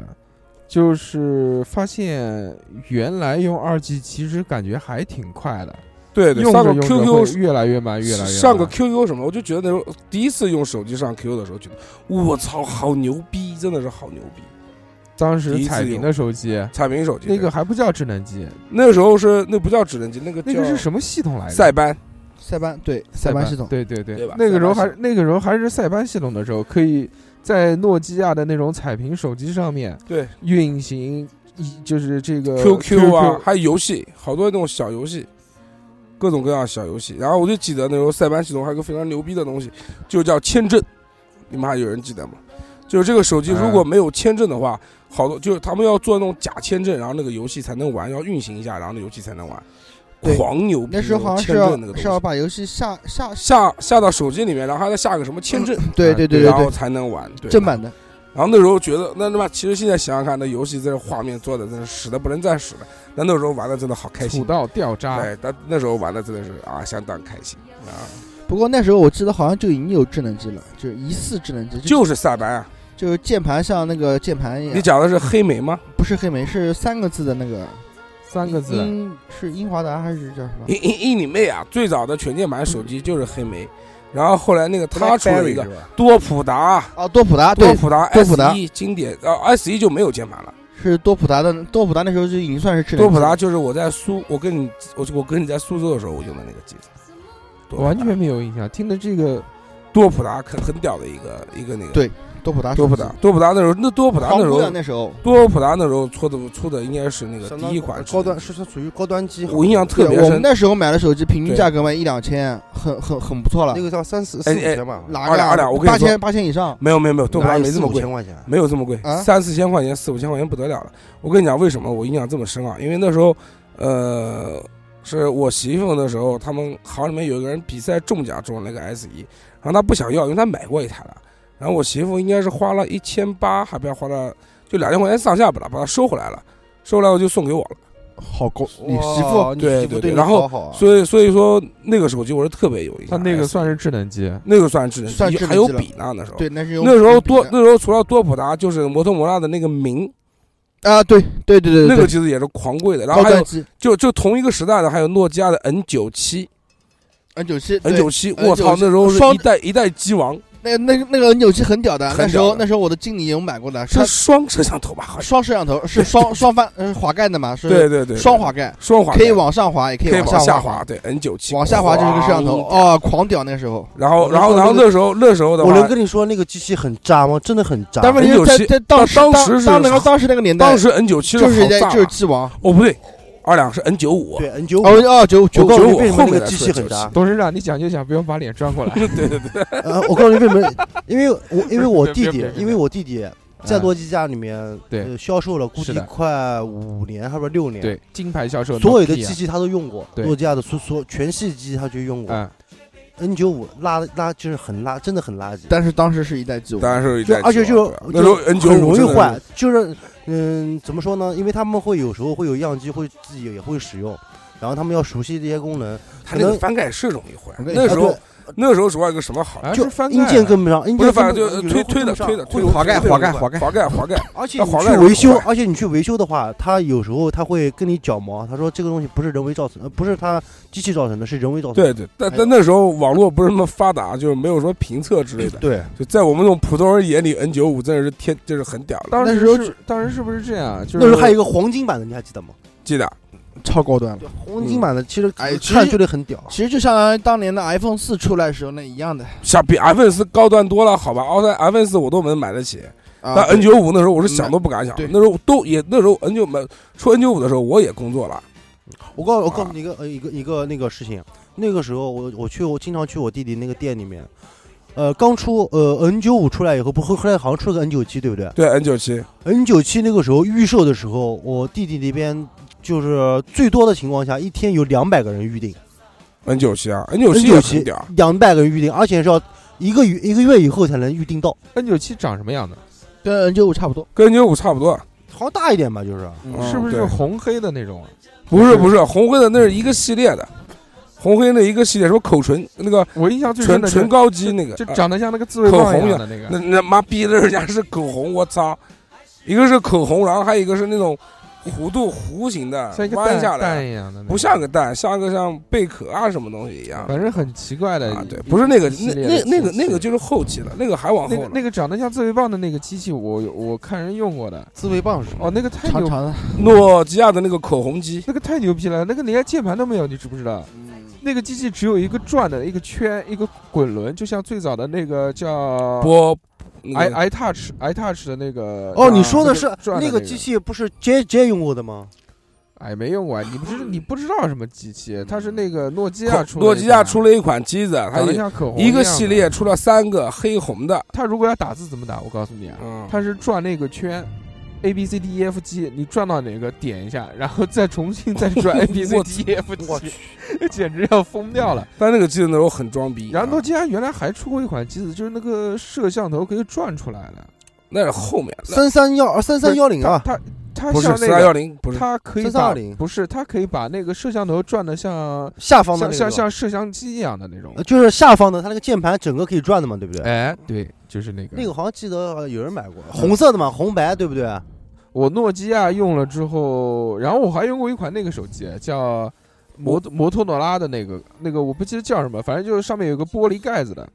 A: 就是发现原来用二 G 其实感觉还挺快的，
E: 对对，
A: 用
E: 上
A: 着
E: 个
A: 用着
E: QQ
A: 会越来越慢，越来越慢
E: 上个 QQ 什么，我就觉得那时候第一次用手机上 QQ 的时候，觉得我操，好牛逼，真的是好牛逼！
A: 当
E: 第
A: 时
E: 一次
A: 彩屏的手机，
E: 彩屏手机
A: 那个还不叫智能机，
E: 那时候是那不叫智能机，那个
A: 那
E: 叫
A: 个是什么系统来着？
E: 塞班，
C: 塞班，对塞班系统，
A: 对对对
E: 对吧
A: 那个时候
E: 塞
A: 还
E: 班
A: 那个时候还是塞班系统的时候，可以在诺基亚的那种彩屏手机上面
E: 对
A: 运行一，就是这个
E: QQ 啊，还有游戏，好多那种小游戏，各种各样的小游戏。然后我就记得那时候塞班系统还有个非常牛逼的东西，就叫签证，你们还有人记得吗？就是这个手机如果没有签证的话，好多就是他们要做那种假签证，然后那个游戏才能玩，要运行一下，然后那游戏才能玩，
C: 对
E: 狂牛逼！
C: 那时候好像
E: 签
C: 是
E: 证那个
C: 要是
E: 东西。
C: 要把游戏下下
E: 下下到手机里面，然后还再下个什么签证，
C: 对对对对
E: 然后
C: 对，
E: 才能玩。对，
C: 正版的，
E: 然后那时候觉得，那他妈其实现在想想看，那游戏这画面做的真是屎的不能再屎了。但那时候玩的真的好开
A: 土
E: 心，
A: 到掉
C: 啊
A: 渣，
E: 对，但那时候玩的真的是啊，相当开心啊，
C: 不过那时候我记得好像就已经有智能机了，就是疑似智能机，
E: 就是塞班啊。
C: 就是键盘像那个键盘一样，
E: 你讲的是黑莓吗？
C: 不是黑莓，是三个字的那个
A: 三
E: 嗯
A: 个
J: 嗯
A: 字。
C: 英是英华达还是叫什么？
E: 英英英你妹啊！最早的全键盘手机就是黑莓，然后后来那个他出了一个多普达，
C: 哦，多普达，
E: 多
C: 对，
E: 普达
C: 多普达
E: S 一经典，呃 S 一就没有键盘了。
C: 是多普达的，多普达那时候就已经算是智能
E: 多
C: 机
E: 普
C: 了
E: 达就是我在苏，我跟你我我跟你在苏州的时候我用的那个机子，多普达
A: 完全没有印象，听的这个
E: 多普达很很屌的一个一个那个
C: 对多普达，
E: 啊多普达，，多普达那时候，那多普达那
C: 黄
E: 时
C: 姑
E: 候
C: 娘，那时候
E: 多普达那时候出的出的应该是那个
J: 相
E: 呃第
J: 当呃
E: 一款
J: 高端，是是属于高端机，
E: 我印象特
C: 对，
E: 别
C: 我们
E: 深。
C: 那时候买的手机平均
E: 对
C: 价格卖一两千，很很很不错了
J: 那，个叫三四四
E: 哎
J: 五
E: 哎
J: 千吧，
C: 哪
E: 二两二两我跟你
C: 八
E: 说哦
C: 千八千以上，
E: 没有没有没有，多普
J: 哪
E: 达
J: 有
E: 没这
J: 四
E: 么
J: 五
E: 贵
J: 千，块钱，
E: 没有这么贵
C: 啊，
E: 三四千块钱、四五千块钱不得了了。我跟你讲，为什么我印象这么深啊？因为那时候，呃，是我媳妇那时候，他们行里面有一个人比赛中奖中了那个 S 一，然后他不想要，因为他买过一台了。然后我媳妇应该是花了一千八，还不要花了，就两千块钱上下吧了，把它收回来了。收回来我就送给我了。
C: 好高，你
J: 哇
C: 媳妇，
J: 你
E: 对
J: 媳
E: 对
J: 妇
E: 对
J: 对你
E: 然后
J: 好好啊，
E: 所以，所以说那个手机我是特别有印
A: 它
E: 象。
A: 那个
E: S1
A: 算是智能机，
E: 那个算智能
C: 算智
E: 机，
C: 能
E: 还有
C: 机了
E: 笔呢。那时候，
C: 对，那是用
E: 那时候
C: 笔
E: 多
C: 的
E: 那时候除了多普达，就是摩托罗拉的那个明，
C: 啊，对对对对，对哦
E: 那个其实也是狂贵的。然后还
C: 高
E: 有
C: 端机
E: 就就同一个时代的，还有诺基亚的 N 九七、
C: N 九七
E: N 九七，
C: N97
E: 我操，那时候是
C: 双
E: 一代一代机王，
C: 那那个那个 N 九七很屌的，
E: 很屌
C: 那时候
E: 的
C: 那时候我的经理有买过的，
E: 是
C: 它
E: 双摄像头吧？好像
C: 双摄像头是双双翻呃滑盖的嘛，是
E: 对对对，
C: 双滑盖，
E: 双滑
C: 可以
E: 盖
C: 往上滑，也可
E: 可以
C: 以
E: 往
C: 下
E: 下，滑，对 N 九七
C: 往下滑就是个摄像头，哦，狂屌那时候。
E: 然后
C: 我
E: 然后
C: 那时
E: 然
C: 候
E: 后那时候那时候的
J: 我能
E: 话，
J: 跟你说那个机器很渣吗？真的很渣。
C: 但问题是在
E: 1997
C: 在当时
E: 当
C: 当
E: 当时是
C: 当那个当时那个年代，
E: 当时 N 九七
C: 就是
E: 好
C: 在
E: 炸
C: 就是
E: 啊，
C: 机王，
E: 哦不对，二两是 N 九五，啊
J: 对 N 九五
C: 哦，哦九
J: 我
C: 九
J: 告诉你
E: 95
J: 为什
E: 后
J: 么
E: 面
J: 那
E: 的
J: 个机
E: 是
J: 器很
E: 97
J: 渣。
A: 董事长，你讲就讲，不用把脸转 过来。
J: 呃，我告诉你为什么，因为我因为我弟
A: 别别
J: 弟
A: 别，别
J: 因为我弟弟在诺基亚里面
A: 对
J: 呃销售了估
A: 是
J: 计
A: 的
J: 快五年，还不是六年。，
A: 对，金牌销售
J: 所有的机
A: Nokia
J: 器他都用过，
A: 对
J: 诺基亚的所所全系机他就用过。
A: 嗯，
J: N 九五垃垃就是很垃，真的很垃圾。
C: 但是当时是一代机
E: 当
C: 王，
E: 然是一
J: 就
E: 代机王，
J: 而且就
E: 对吧
J: 就
E: 那时候 N 九
J: 很
E: 五
J: 容易坏，就是嗯，怎么说呢？因为他们会有时候会有样机，会自己也会使用，然后他们要熟悉这些功能。
E: 它那个
J: 能
E: 翻盖是容易坏。
C: 我跟你
E: 那时
J: 啊
E: 候
J: 对啊
E: 那时候主要一个什么好？
A: 哎
J: 就是
A: 翻
J: 硬
A: 盖
J: 件跟不上，硬
E: 不是
J: 件
E: 翻盖，
J: 跟
E: 就是
J: 不上，
E: 推推的推的，推
J: 会
E: 的
C: 滑盖
E: 推的
C: 滑盖
E: 滑盖滑盖滑盖，
J: 而且
E: 那
J: 你
E: 黄
J: 去
E: 盖是
J: 维
E: 不
J: 修
E: 坏，
J: 而且你去维修的话，他有时候他会跟你讲毛，他说这个东西不是人为造成，呃，不是他机器造成的，是人为造成的。
E: 对对，但但那时候网络不是那么发达，就是没有什么评测之类的。
J: 对，
E: 就在我们这种普通人眼里，N 九五真的是天，就是很屌了。
A: 当
C: 那
A: 时
C: 时候
A: 是当时是不是这样？啊就是
J: 那时候还有一个黄金版的，你还记得吗？
E: 记得啊
C: 超高
E: 嗯
C: 端了。
J: 黄金版的其实
C: 哎其实
J: 看觉得很屌，
C: 其实就相当于当年的 iPhone 四出来的时候那一样的
E: 想比 iPhone 四高端多了，好吧？iPhone iPhone 四我都能买得起，
C: 啊
E: 但 N 九五那时候
J: 嗯
E: 我是想都不敢想
C: 对。
E: 那时候都也那时候 N 九买出 N 九五的时候，我也工作了。
J: 我告我告
E: 啊
J: 诉你一个呃一个一个那个事情，那个时候我我去我经常去我弟弟那个店里面，呃，刚出呃 N 九五出来以后，不后后来好像出了个 N 九七，对不对
E: 对 N 九七，
J: ？N 九七那个时候预售的时候，我弟弟那边就是最多的情况下，一天有两百个人预定。
E: N 九七啊，N 九
J: N
E: 七
J: 九
E: 也很
J: 七
E: 屌。
J: 两百个人预定，而且是要一个月一个月以后才能预定到，
A: N 九七长什么样子？
C: 跟 N 九五差不多，
E: 跟 N 九五差不多，啊
J: 好像大一点吧，就是
E: 嗯
A: 是不是
E: 对
A: 红黑的那种啊？
E: 不是不是，红黑的那是一个系列的，红黑的一个系列，什么口唇那个
A: 我印象最深
E: 唇
A: 的
E: 唇膏机那个，
A: 就
E: 啊
A: 长得像那个自慰棒
E: 口
A: 一
E: 红
A: 样的那
E: 那
A: 个，
E: 那妈逼的人家是口红，我操！一个是口红，然后还有一个是那种弧度弧形的
A: 像一，个
E: 啊弯下
A: 蛋
E: 来，
A: 蛋一样的那，
E: 不像个蛋，像个像贝壳啊什么东西一样。
A: 反正很奇怪的
E: 啊，对，
A: 一
E: 不是那个，
A: 一系
E: 那
A: 列
E: 那那个
A: 的机器
E: 那个就是后期了，那个还往
A: 那
E: 后
A: 个
E: 了。
A: 那个长得像自慰棒的那个机器，我有我看人用过的，
C: 自慰棒是吧？
E: 嗯
A: 哦，那个太
C: 长
A: 牛，
C: 长的，
E: 诺基亚的那个口红机，
A: 那个太牛逼了，那个连键盘都没有，你知不知道？
E: 嗯
A: 那个机器只有一个转的一个圈，一个滚轮，就像最早的那个叫
E: 波，那
A: i
E: 个
A: i touch i touch 的那个
J: 哦，你
A: 啊
J: 说的是
A: 转的
J: 那
A: 那个
J: 个机器不是 J J 用过的吗？
A: 哎，没用过啊，你不是你不知道什么机器，它是那个哎诺基亚
E: 口
A: 出的一款，
E: 嗯诺基亚出了一款机子，它
A: 长得
E: 一
A: 像口红
E: 一个
A: 哦样
E: 系
A: 的
E: 列。出了三个黑红的，
A: 它如果要打字怎么打？我告诉你啊，
E: 嗯，
A: 它是转那个圈，A B C D E F G，你转到哪个点一下， 然后再 重新再转 A B C D E F G，简 直要疯掉了。
E: 但那个机子那时候很装逼啊，
A: 然后诺基亚原来还出过一款机子，就是那个摄像头可以转出来的，
E: 那是后面的，
J: 三三幺二三三幺零啊，
A: 它它
E: 不是
A: 像
E: 四
A: 那
E: 二幺
A: 个，
E: 零，不是
A: 它可以把
J: 3320
A: 不是它可以把那个摄像头转的像
J: 下方
A: 像
J: 的那
A: 像
J: 个，
A: 像摄像机一样的那种
J: 呃。就是下方的，它那个键盘整个可以转的嘛，对不对？
A: 哎，对，就是那个
J: 那个好像记得呃有人买过，红色的嘛，红白对不对？
A: 我诺基亚用了之后，然后我还用过一款那个手机，叫摩摩托罗拉的那个那个，我不记得叫什么，反正就是上面有个玻璃盖子的，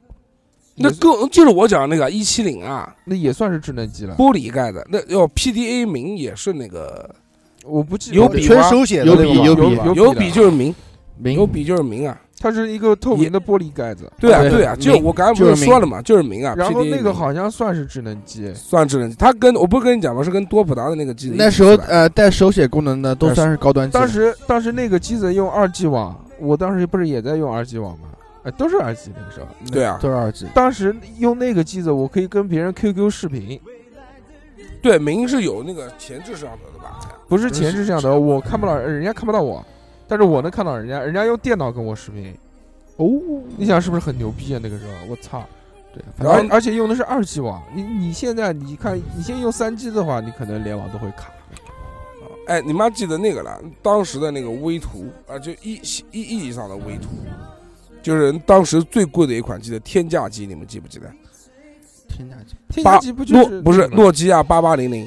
E: 那
A: 也是
E: 更就是我讲的那个一七零啊，
A: 那也算是智能机了。
E: 玻璃盖的，那哦要 PDA 名也是那个
A: 我不记得
E: 有笔
J: 全
E: 吗
J: 手写的
C: 有
J: 那个
C: 笔
J: 吗
A: 有
C: 有笔
A: 有
E: 有笔就是名，
C: 名
E: 有笔就是名啊，
A: 它是一个透明的玻璃盖子，
E: 对啊
C: 对
E: 对啊，就
C: 明
E: 我刚才不
C: 就是是
E: 说
C: 明
E: 了嘛，就是明啊。
A: 然后
E: PDA
A: 那个
E: 明
A: 好像算是智能机，
E: 算智能机，它跟我不是跟你讲吗？是跟多普达的那个机子一起出来。
C: 那时候呃带手写功能的都
E: 但是
C: 算是高端机了。
A: 当时当时那个机子用二 G 网，我当时不是也在用二 G 网吗？哎，都是二 G 那个时候。
E: 对啊，
C: 都是二 G，
A: 当时用那个机子，我可以跟别人 QQ 视频，
E: 对明是有那个前置摄像头的吧？
A: 不是前置摄像头，我看不到，人家看不到我，但是我能看到人家，人家用电脑跟我视频。
C: 哦，
A: 你想是不是很牛逼啊？那个时候，我操！
C: 对，
E: 然后
A: 而而且用的是二 G 网，你你现在你看，你现在用三 G 的话，你可能联网都会卡。
E: 哎，你妈记得那个了？当时的那个微图啊，就一一亿以上的微图，就是当时最贵的一款机的天价机，你们记不记得？
C: 天价机，
A: 天
E: 八
A: 下机不就
E: 诺
A: 是
E: 不是
A: 那个吗
E: 诺基亚八八零零，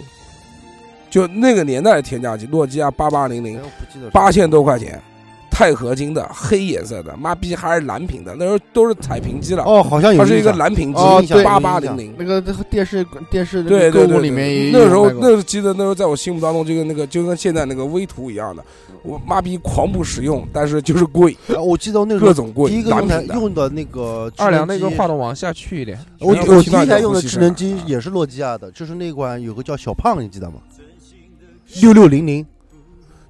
E: 就那个年代的天价机，诺基亚八八零零，
J: 我不记得
E: 八千多块钱，钛合金的，黑颜色的，妈逼还是蓝屏的，那时候都是彩屏机了，
J: 哦，好像有
E: 它是一
J: 印
E: 个
J: 象
E: 蓝屏机
C: 哦，对
E: 八八零零。
C: 那个电视电视那
E: 对
C: 个
E: 对
C: 购
E: 对
C: 物里面也
E: 对那时候
C: 有卖
E: 那
C: 过
E: 时候记得那时候在我心目当中就跟那个就跟现在那个微图一样的，我妈逼狂不实用，但是就是贵，
J: 啊我记得那个
E: 各种贵，
J: 第一个
E: 蓝
J: 用的
E: 屏的。
J: 用的那个智
A: 二两
J: 能
A: 那个
J: 机
A: 话筒往下去一点，
J: 我
E: 然后
J: 我
E: 其
J: 第
E: 他
J: 一
E: 就
J: 台
E: 是
J: 用
E: 呼
J: 的
E: 吸
J: 智
E: 声
J: 能
E: 了
J: 机
E: 啊
J: 也是诺基亚的，就是那款有个叫小胖，你记得吗？六六零零，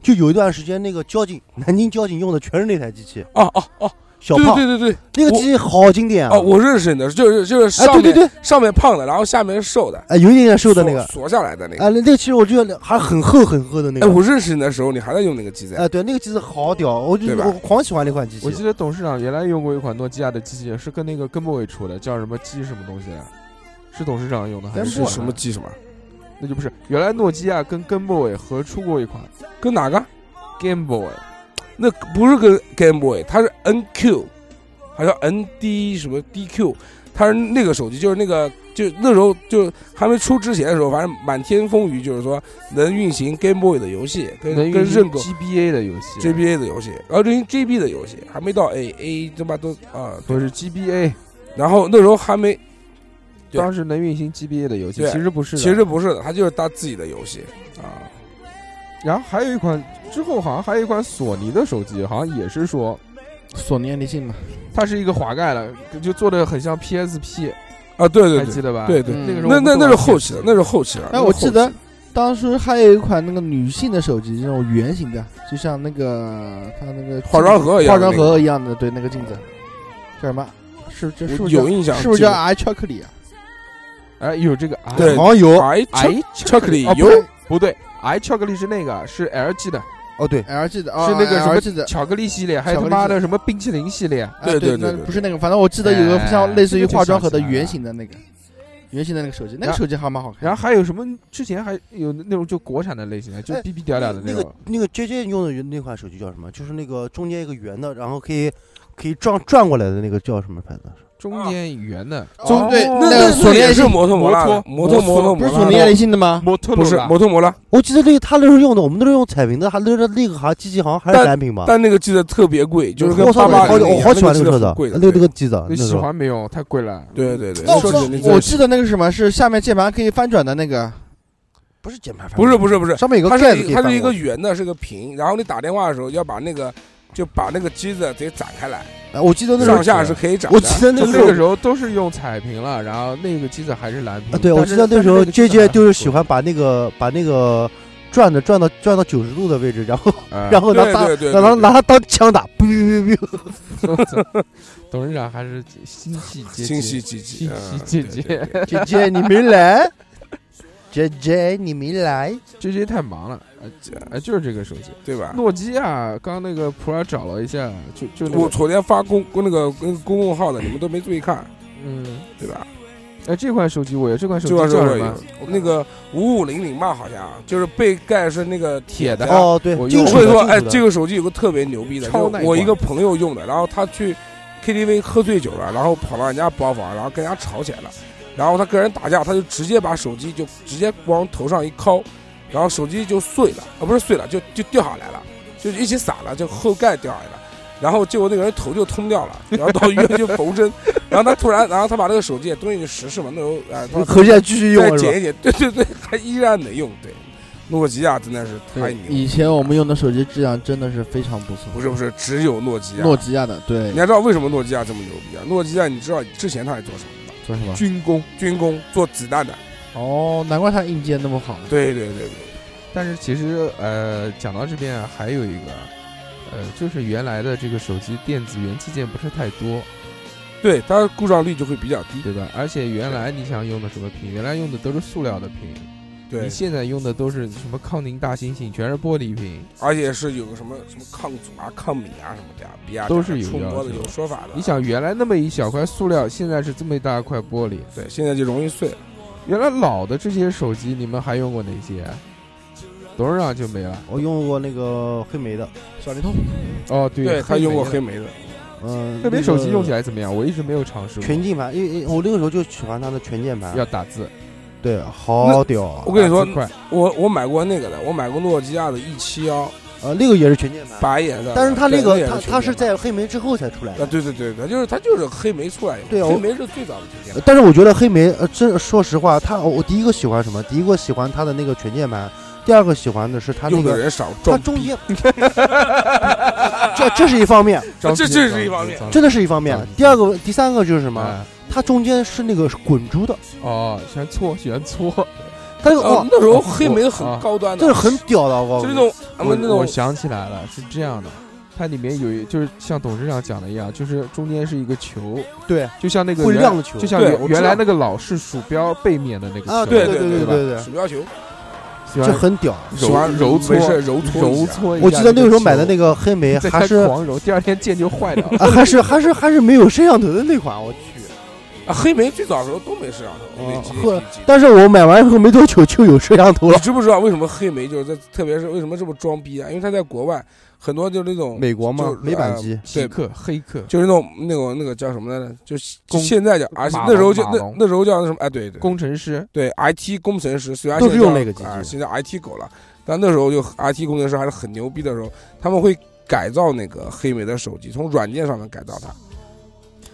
J: 就有一段时间那个交警，南京交警用的全是那台机器，
E: 哦哦哦，
J: 小
E: 对
J: 胖
E: 对对对，
J: 那个
E: 我
J: 机器好经典啊！
E: 哦，我认识你的，就是就是上
J: 哎，对
E: 面
J: 对对，
E: 上面胖的，然后下面是瘦的，
J: 哎，有一点点瘦的那个，
E: 锁锁下来的那个。
J: 哎，那那个其实我觉得还很厚很厚的那
E: 哎，
J: 个，
E: 我认识你的时候，你还在用那个机子呀，
J: 哎，对，那个机子好屌，我就
E: 对吧
J: 我狂喜欢那款机
A: 我记
J: 器。
A: 得董事长原来用过一款诺基亚的机器，是跟那个根部伟出的，叫什么机什么东西来？啊是董事长用的还
E: 是
A: 是
E: 什
J: 啊
E: 么？机什么？
A: 那就不是。原来诺基亚跟 Game Boy 合出过一款
E: 跟哪个？
A: Game Boy，
E: 那不是跟 Game Boy，它是 NQ，好像 ND 什么 DQ，它是那个手机，就是那个就那时候就还没出之前的时候，反正满天风雨，就是说能运行 Game Boy 的游戏，跟
A: 能
E: 跟
A: 运
E: 认
A: 行
E: 购
A: GBA 的游戏，
E: GBA 的游戏，然后运行 GB 的游戏，还没到 A A 他妈都啊，
A: 不是 GBA，
E: 然后那时候还没，对
A: 当时能运行 GBA 的游戏，
E: 对
A: 其实不是的。
E: 其实不是的，它就是它自己的游戏啊。
A: 然后还有一款，之后好像还有一款索尼的手机，好像也是说
C: 索尼爱立信嘛，
A: 它是一个滑盖的，就做的很像 PSP，
E: 啊，对对
A: 还
E: 对
A: 记得吧？
E: 对对，
C: 嗯
A: 那个时候
E: 那那那是后期
A: 期
E: 了，那是后期了。
C: 哎，
E: 那是后
C: 我记
E: 期
C: 得当时还有一款那个女性的手机，那种圆形的，就像那个它那个
E: 化妆盒一样
C: 化
E: 的
C: 妆
E: 那个
C: 盒一样的，对，那个镜子叫什么？是这是不
E: 我
C: 是叫
E: 有印象
C: 是不是
E: 记得
C: 叫 i 巧克力啊？
A: 哎，有这个啊，
E: 对
C: 好像有
E: 哎，巧
A: i
E: 巧克力
C: 啊
A: 哦不
E: 有
A: 对不对，i 巧克力是那个是 LG 的
J: 哦，对，
C: LG 的，
A: 是那个什么
C: LG 的。
A: 巧克力系列，还有他
C: 巧克力
A: 妈
C: 系列
A: 的什么冰淇淋系列，
C: 啊
E: 对对
C: 对
E: 对
C: 那
E: 对
C: 不是那个，反正我记得有个像
A: 哎
C: 类似于
A: 这个就
C: 化妆
A: 想
C: 盒
A: 起
C: 的
A: 来了
C: 圆形的
E: 啊
C: 那个，圆形的那个手机，
A: 然
C: 那个
A: 后
C: 手机还蛮好看的。
A: 然后还有什么？之前还有那种就国产的类型的，就
J: 哎
A: 逼逼屌屌的
J: 那
A: 种
J: 个。那个 JJ 用的那款手机叫什么？就是那个中间一个圆的，然后可以可以转转过来的那个叫什么牌子？
A: 中间圆的
C: 中哦对
E: 那
C: 那个索尼爱
E: 也
C: 立
E: 是
C: 信
E: 摩托摩拉的，摩
A: 摩
E: 托
A: 托
E: 摩托
C: 不
E: 摩
C: 是
E: 拉
C: 索尼爱
E: 的，
C: 立信的吗？
A: 摩托
E: 不是摩托摩拉，
J: 我记得那个他那时候用的，我们那时候用彩屏的，还那个那个还机器好像还是
E: 但
J: 蓝屏吧？
E: 但那个机子特别贵，就是跟
J: 我操，
E: 八八
J: 我好
E: 零
J: 久
E: 零
J: 我好喜欢那
E: 个机
J: 个车子
E: 子很，贵的，
J: 那个那
E: 对
J: 个机子，
A: 你
J: 啊那
A: 喜
J: 时候
A: 欢没有？太贵了。
E: 对对对，
C: 哦
E: 说起那
C: 我
E: 个
C: 记得那个是什么是下面键盘可以翻转的那个，
J: 不是键盘，
E: 不是不是不是，
J: 上面有
E: 它
J: 个盖子
E: 是
J: 可
E: 一
J: 以
E: 它
J: 翻
E: 是一
J: 过
E: 个
J: 去，
E: 圆的，是个屏，然后你打电话的时候要把那个就把那个机子得展开来，
C: 呃
J: 哎我记得那时候
E: 上下是可以展
J: 我
E: 的。
J: 记得那
A: 就
J: 个
A: 那
J: 时候
A: 个时候都是用彩屏了，然后那个机子还是蓝屏
J: 啊，。对，我
A: 但是
J: 记得那时候
A: 但是那个机子
J: JJ 就是喜欢把那个把那个转的转到转到九十度的位置，然后
A: 还是贵。
J: 然后
E: 啊
J: 拿
E: 对
J: 它
E: 对对
J: 拿它
E: 对
J: 拿它当枪打，哔哔哔 哔哔。
A: 后 董事长还是心系结
E: 清晰
A: 节，
E: 积极，
A: 心系
E: 嗯
A: 结
E: 对对
A: 节。
J: 姐姐你没来，JJ 你没来，
A: J J 太忙了，哎哎，就是这个手机。
E: 对吧？
A: 诺基亚刚那个普洱找了一下，就就那个
E: 我昨天发公那个那个公共号的，你们都没注意看，
A: 嗯，
E: 对吧？
A: 哎，这款手机我有，这款手
E: 这
A: 机
E: 款
A: 叫
E: 手
A: 什
E: 机
A: 么？
E: 那个五五零零吧，好像啊就是背盖是那个铁的。
J: 哦，对，
A: 我
J: 金
E: 我
J: 属
E: 跟
J: 的
E: 你说，
J: 金属
E: 哎，
J: 的
E: 这个手机有个特别牛逼的，
A: 超
E: 就
A: 耐
E: 我一
A: 管
E: 个朋友用的，然后他去 KTV 喝醉酒了，然后跑到人家包房，然后跟人家吵起来了，然后他跟人打架，他就直接把手机就直接往头上一敲，然后手机就碎了，啊，不是碎了，就就掉下来了，就一起散了，就后盖掉下来了。然后结果那个人头就通掉了，然后到医院去缝针， 然后他突然，然后他把那个手机也东西去实试嘛，那时候啊，他
J: 合下继续
E: 再
J: 用是吧
E: 剪一剪，对对对，还依然能用，对，诺基亚真的是太
C: 对，
E: 牛
C: 以
E: 了，
C: 前我们用的手机质量真的是非常不错。
E: 不是不是，只有诺基亚。
C: 诺基亚的，对
E: 你，还知道为什么诺基亚这么牛逼啊？诺基亚，你知道之前他还做什么吗？
C: 做什么？
A: 军工。
E: 军工，做子弹的。
C: 哦，难怪它硬件那么好。
E: 对对对对，
A: 但是其实呃，讲到这边啊还有一个，呃，就是原来的这个手机电子元器件不是太多，
E: 对它故障率就会比较低。
A: 对吧？而且原来你想用的什么屏，原来用的都是塑料的屏，
E: 对
A: 你，现在用的都是什么康宁大猩猩，全是玻璃屏。
E: 而且是有个什么什么抗阻啊、抗敏啊什么的呀，比亚迪啊
A: 都是有
E: 触摸的
A: 要求
E: 有说法的。
A: 你想，原来那么一小块塑料，现在是这么一大块玻璃。
E: 对，现在就容易碎了。
A: 原来老的这些手机，你们还用过哪些？董事长就没了。
J: 我用过那个黑莓的，
C: 小灵通，
A: 哦，对
E: 对，他用过黑
A: 莓
E: 莓的，
J: 嗯，
A: 的，黑莓
J: 那
A: 手机用起
J: 个
A: 来怎么样？我一直没有尝试过。
J: 全键盘，因为因为我那个时候就喜欢它的全键盘，
A: 要打字，
J: 对，好屌啊。
E: 我跟你说
A: 打字快
E: 我我买过那个的，我买过诺基亚的 E 七幺
J: 呃，那个也是全键盘，
E: 白颜色的，
J: 但是它那
E: 对
J: 个
E: 也
J: 它
E: 全
J: 它是
E: 键
J: 在黑莓之后才出来
E: 盘
J: 的
E: 啊，。对对对，它就是它就是黑莓出来以后，
J: 对啊
E: 黑
J: 我
E: 莓是最早的全键盘
J: 呃但是我觉得黑莓，呃，这说实话，它我第一个喜欢什么？第一个喜欢它的那个全键盘，第二个喜欢的是它那
E: 用的
J: 个
E: 人少，
J: 它
E: 装
J: 中间，这这是一方面，
A: 装
E: 这
A: 逼
E: 这
A: 装
E: 是一
A: 逼
E: 方面
A: 装逼
J: 真的是一方面
A: 啊。
J: 第二个，第三个就是什么？
A: 啊
J: 它中间是那个是滚珠的，
A: 哦，喜欢搓，喜欢搓，
J: 它那个
E: 呃
J: 哇，
E: 那时候黑莓很
A: 啊
E: 高端的，
J: 哦这是很屌的，我
E: 就那
J: 告诉你。
E: 种咱们那
A: 我
E: 种
A: 我想起来了，是这样的，它里面有一就是像董事长讲的一样，就是中间是一个球，
J: 对，
A: 就像那个
J: 会
A: 原
J: 亮的球
A: 就像
E: 对
A: 原
E: 我知道
A: 原来那个老式鼠标背面的那个球，
J: 啊
E: 对
J: 对
E: 对
J: 对
A: 吧
J: 对对，
E: 鼠标球，
A: 喜
J: 这
A: 欢
J: 很屌。
E: 喜欢
A: 揉搓
E: 没事揉搓一
A: 揉
E: 下
A: 搓一下
J: 我记得那
A: 个
J: 个时候买的那
A: 个
J: 个黑莓
A: 球，在
J: 还是
A: 它狂揉，第二天键就坏掉了。
J: 啊，还是还是还是没有摄像头的那款，我去。
E: 啊，黑莓最早的时候都没啊摄像头，
J: 哦
E: 我记得
J: 呵
E: 记记
J: 但是我买完以后没多久就有摄像 头
E: 你
J: 了。
E: 知不知道为什么黑莓就是在，特别是为什么这么装逼啊？因为他在国外很多就是那种
J: 美国
E: 就是呃，
A: 黑
E: 对，
A: 客，黑客，
E: 就是那种那种那个叫什么来着？就
A: 工
E: 现在叫，而且
A: 马龙
E: 那时候就
A: 马
E: 那
A: 龙
E: 那时候叫那什么？哎，对对
A: 工程师，
E: 对，IT 工程师虽然
J: 都是
E: 现在叫
J: 用那个机器
E: 啊，现在 IT 狗了，但那时候就 IT 工程师还是很牛逼的时候，他们会改造那个黑莓的手机，从软件上面改造它。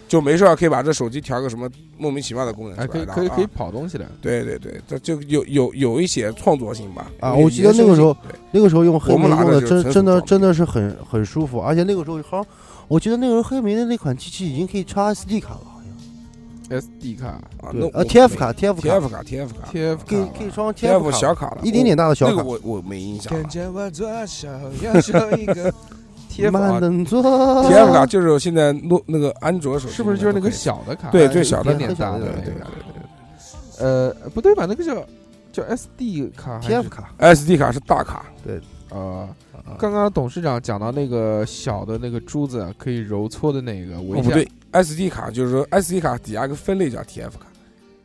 E: 就没事儿，可以把这手机调个什么莫名其妙的功能出
A: 哎，
E: 来，
A: 可以
E: 然
A: 可
E: 后
A: 以
E: 啊
A: 可以跑东西的。
E: 对对对，这就有有有一些创作性吧。
J: 啊
E: 有一些
J: 我记得那个时候
E: 延伸性，
J: 那个时候用黑莓
E: 我们拿
J: 用
E: 的
J: 的
E: 就是纯
J: 真真的
E: 手
J: 真的是很很舒服，而且那个时候好像我记得那个时候黑莓的那款机器已经可以插 SD 卡了，好像
A: SD 卡
E: 对啊，
J: 对
E: 那
J: 呃
E: 我
J: TF 卡 TF 卡
E: TF 卡 TF 卡
A: TF
J: 可以
A: 卡
J: 可以装
E: TF
J: 卡
E: 小卡了，
J: 一点点大的小
E: 那个
J: 卡，
E: 我我没印象了。
A: 见我左手，右手一 个 TF
J: 慢
A: 啊
J: 能做
E: TF 卡就是现在诺那个安卓手机
A: 是不是就是那个
E: 里面
A: 小的卡？
E: 对最小的
A: 一点点大
E: 都可
A: 的
E: 以？对对
A: 那
E: 对
A: 个。呃，不对吧？那个叫叫 SD 卡还是
J: TF 卡，啊
E: 对，SD 卡是大卡，
A: 呃，刚刚董事长讲到那个小的那个珠子啊可以揉搓的那个，我
E: 哦
A: 一
E: 不
A: 下
E: 对，SD 卡就是说 SD 卡底下一个分类叫 TF 卡，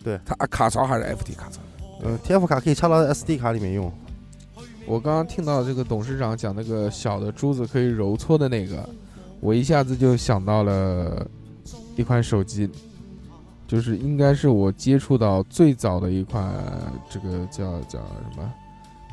J: 对，
E: 它啊卡槽还是 FT 卡槽？
J: 嗯，TF 卡可以插到 SD 卡里面用，
A: 我刚刚听到这个董事长讲那个小的珠子可以揉搓的那个，我一下子就想到了一款手机，就是应该是我接触到最早的一款，这个叫叫什么？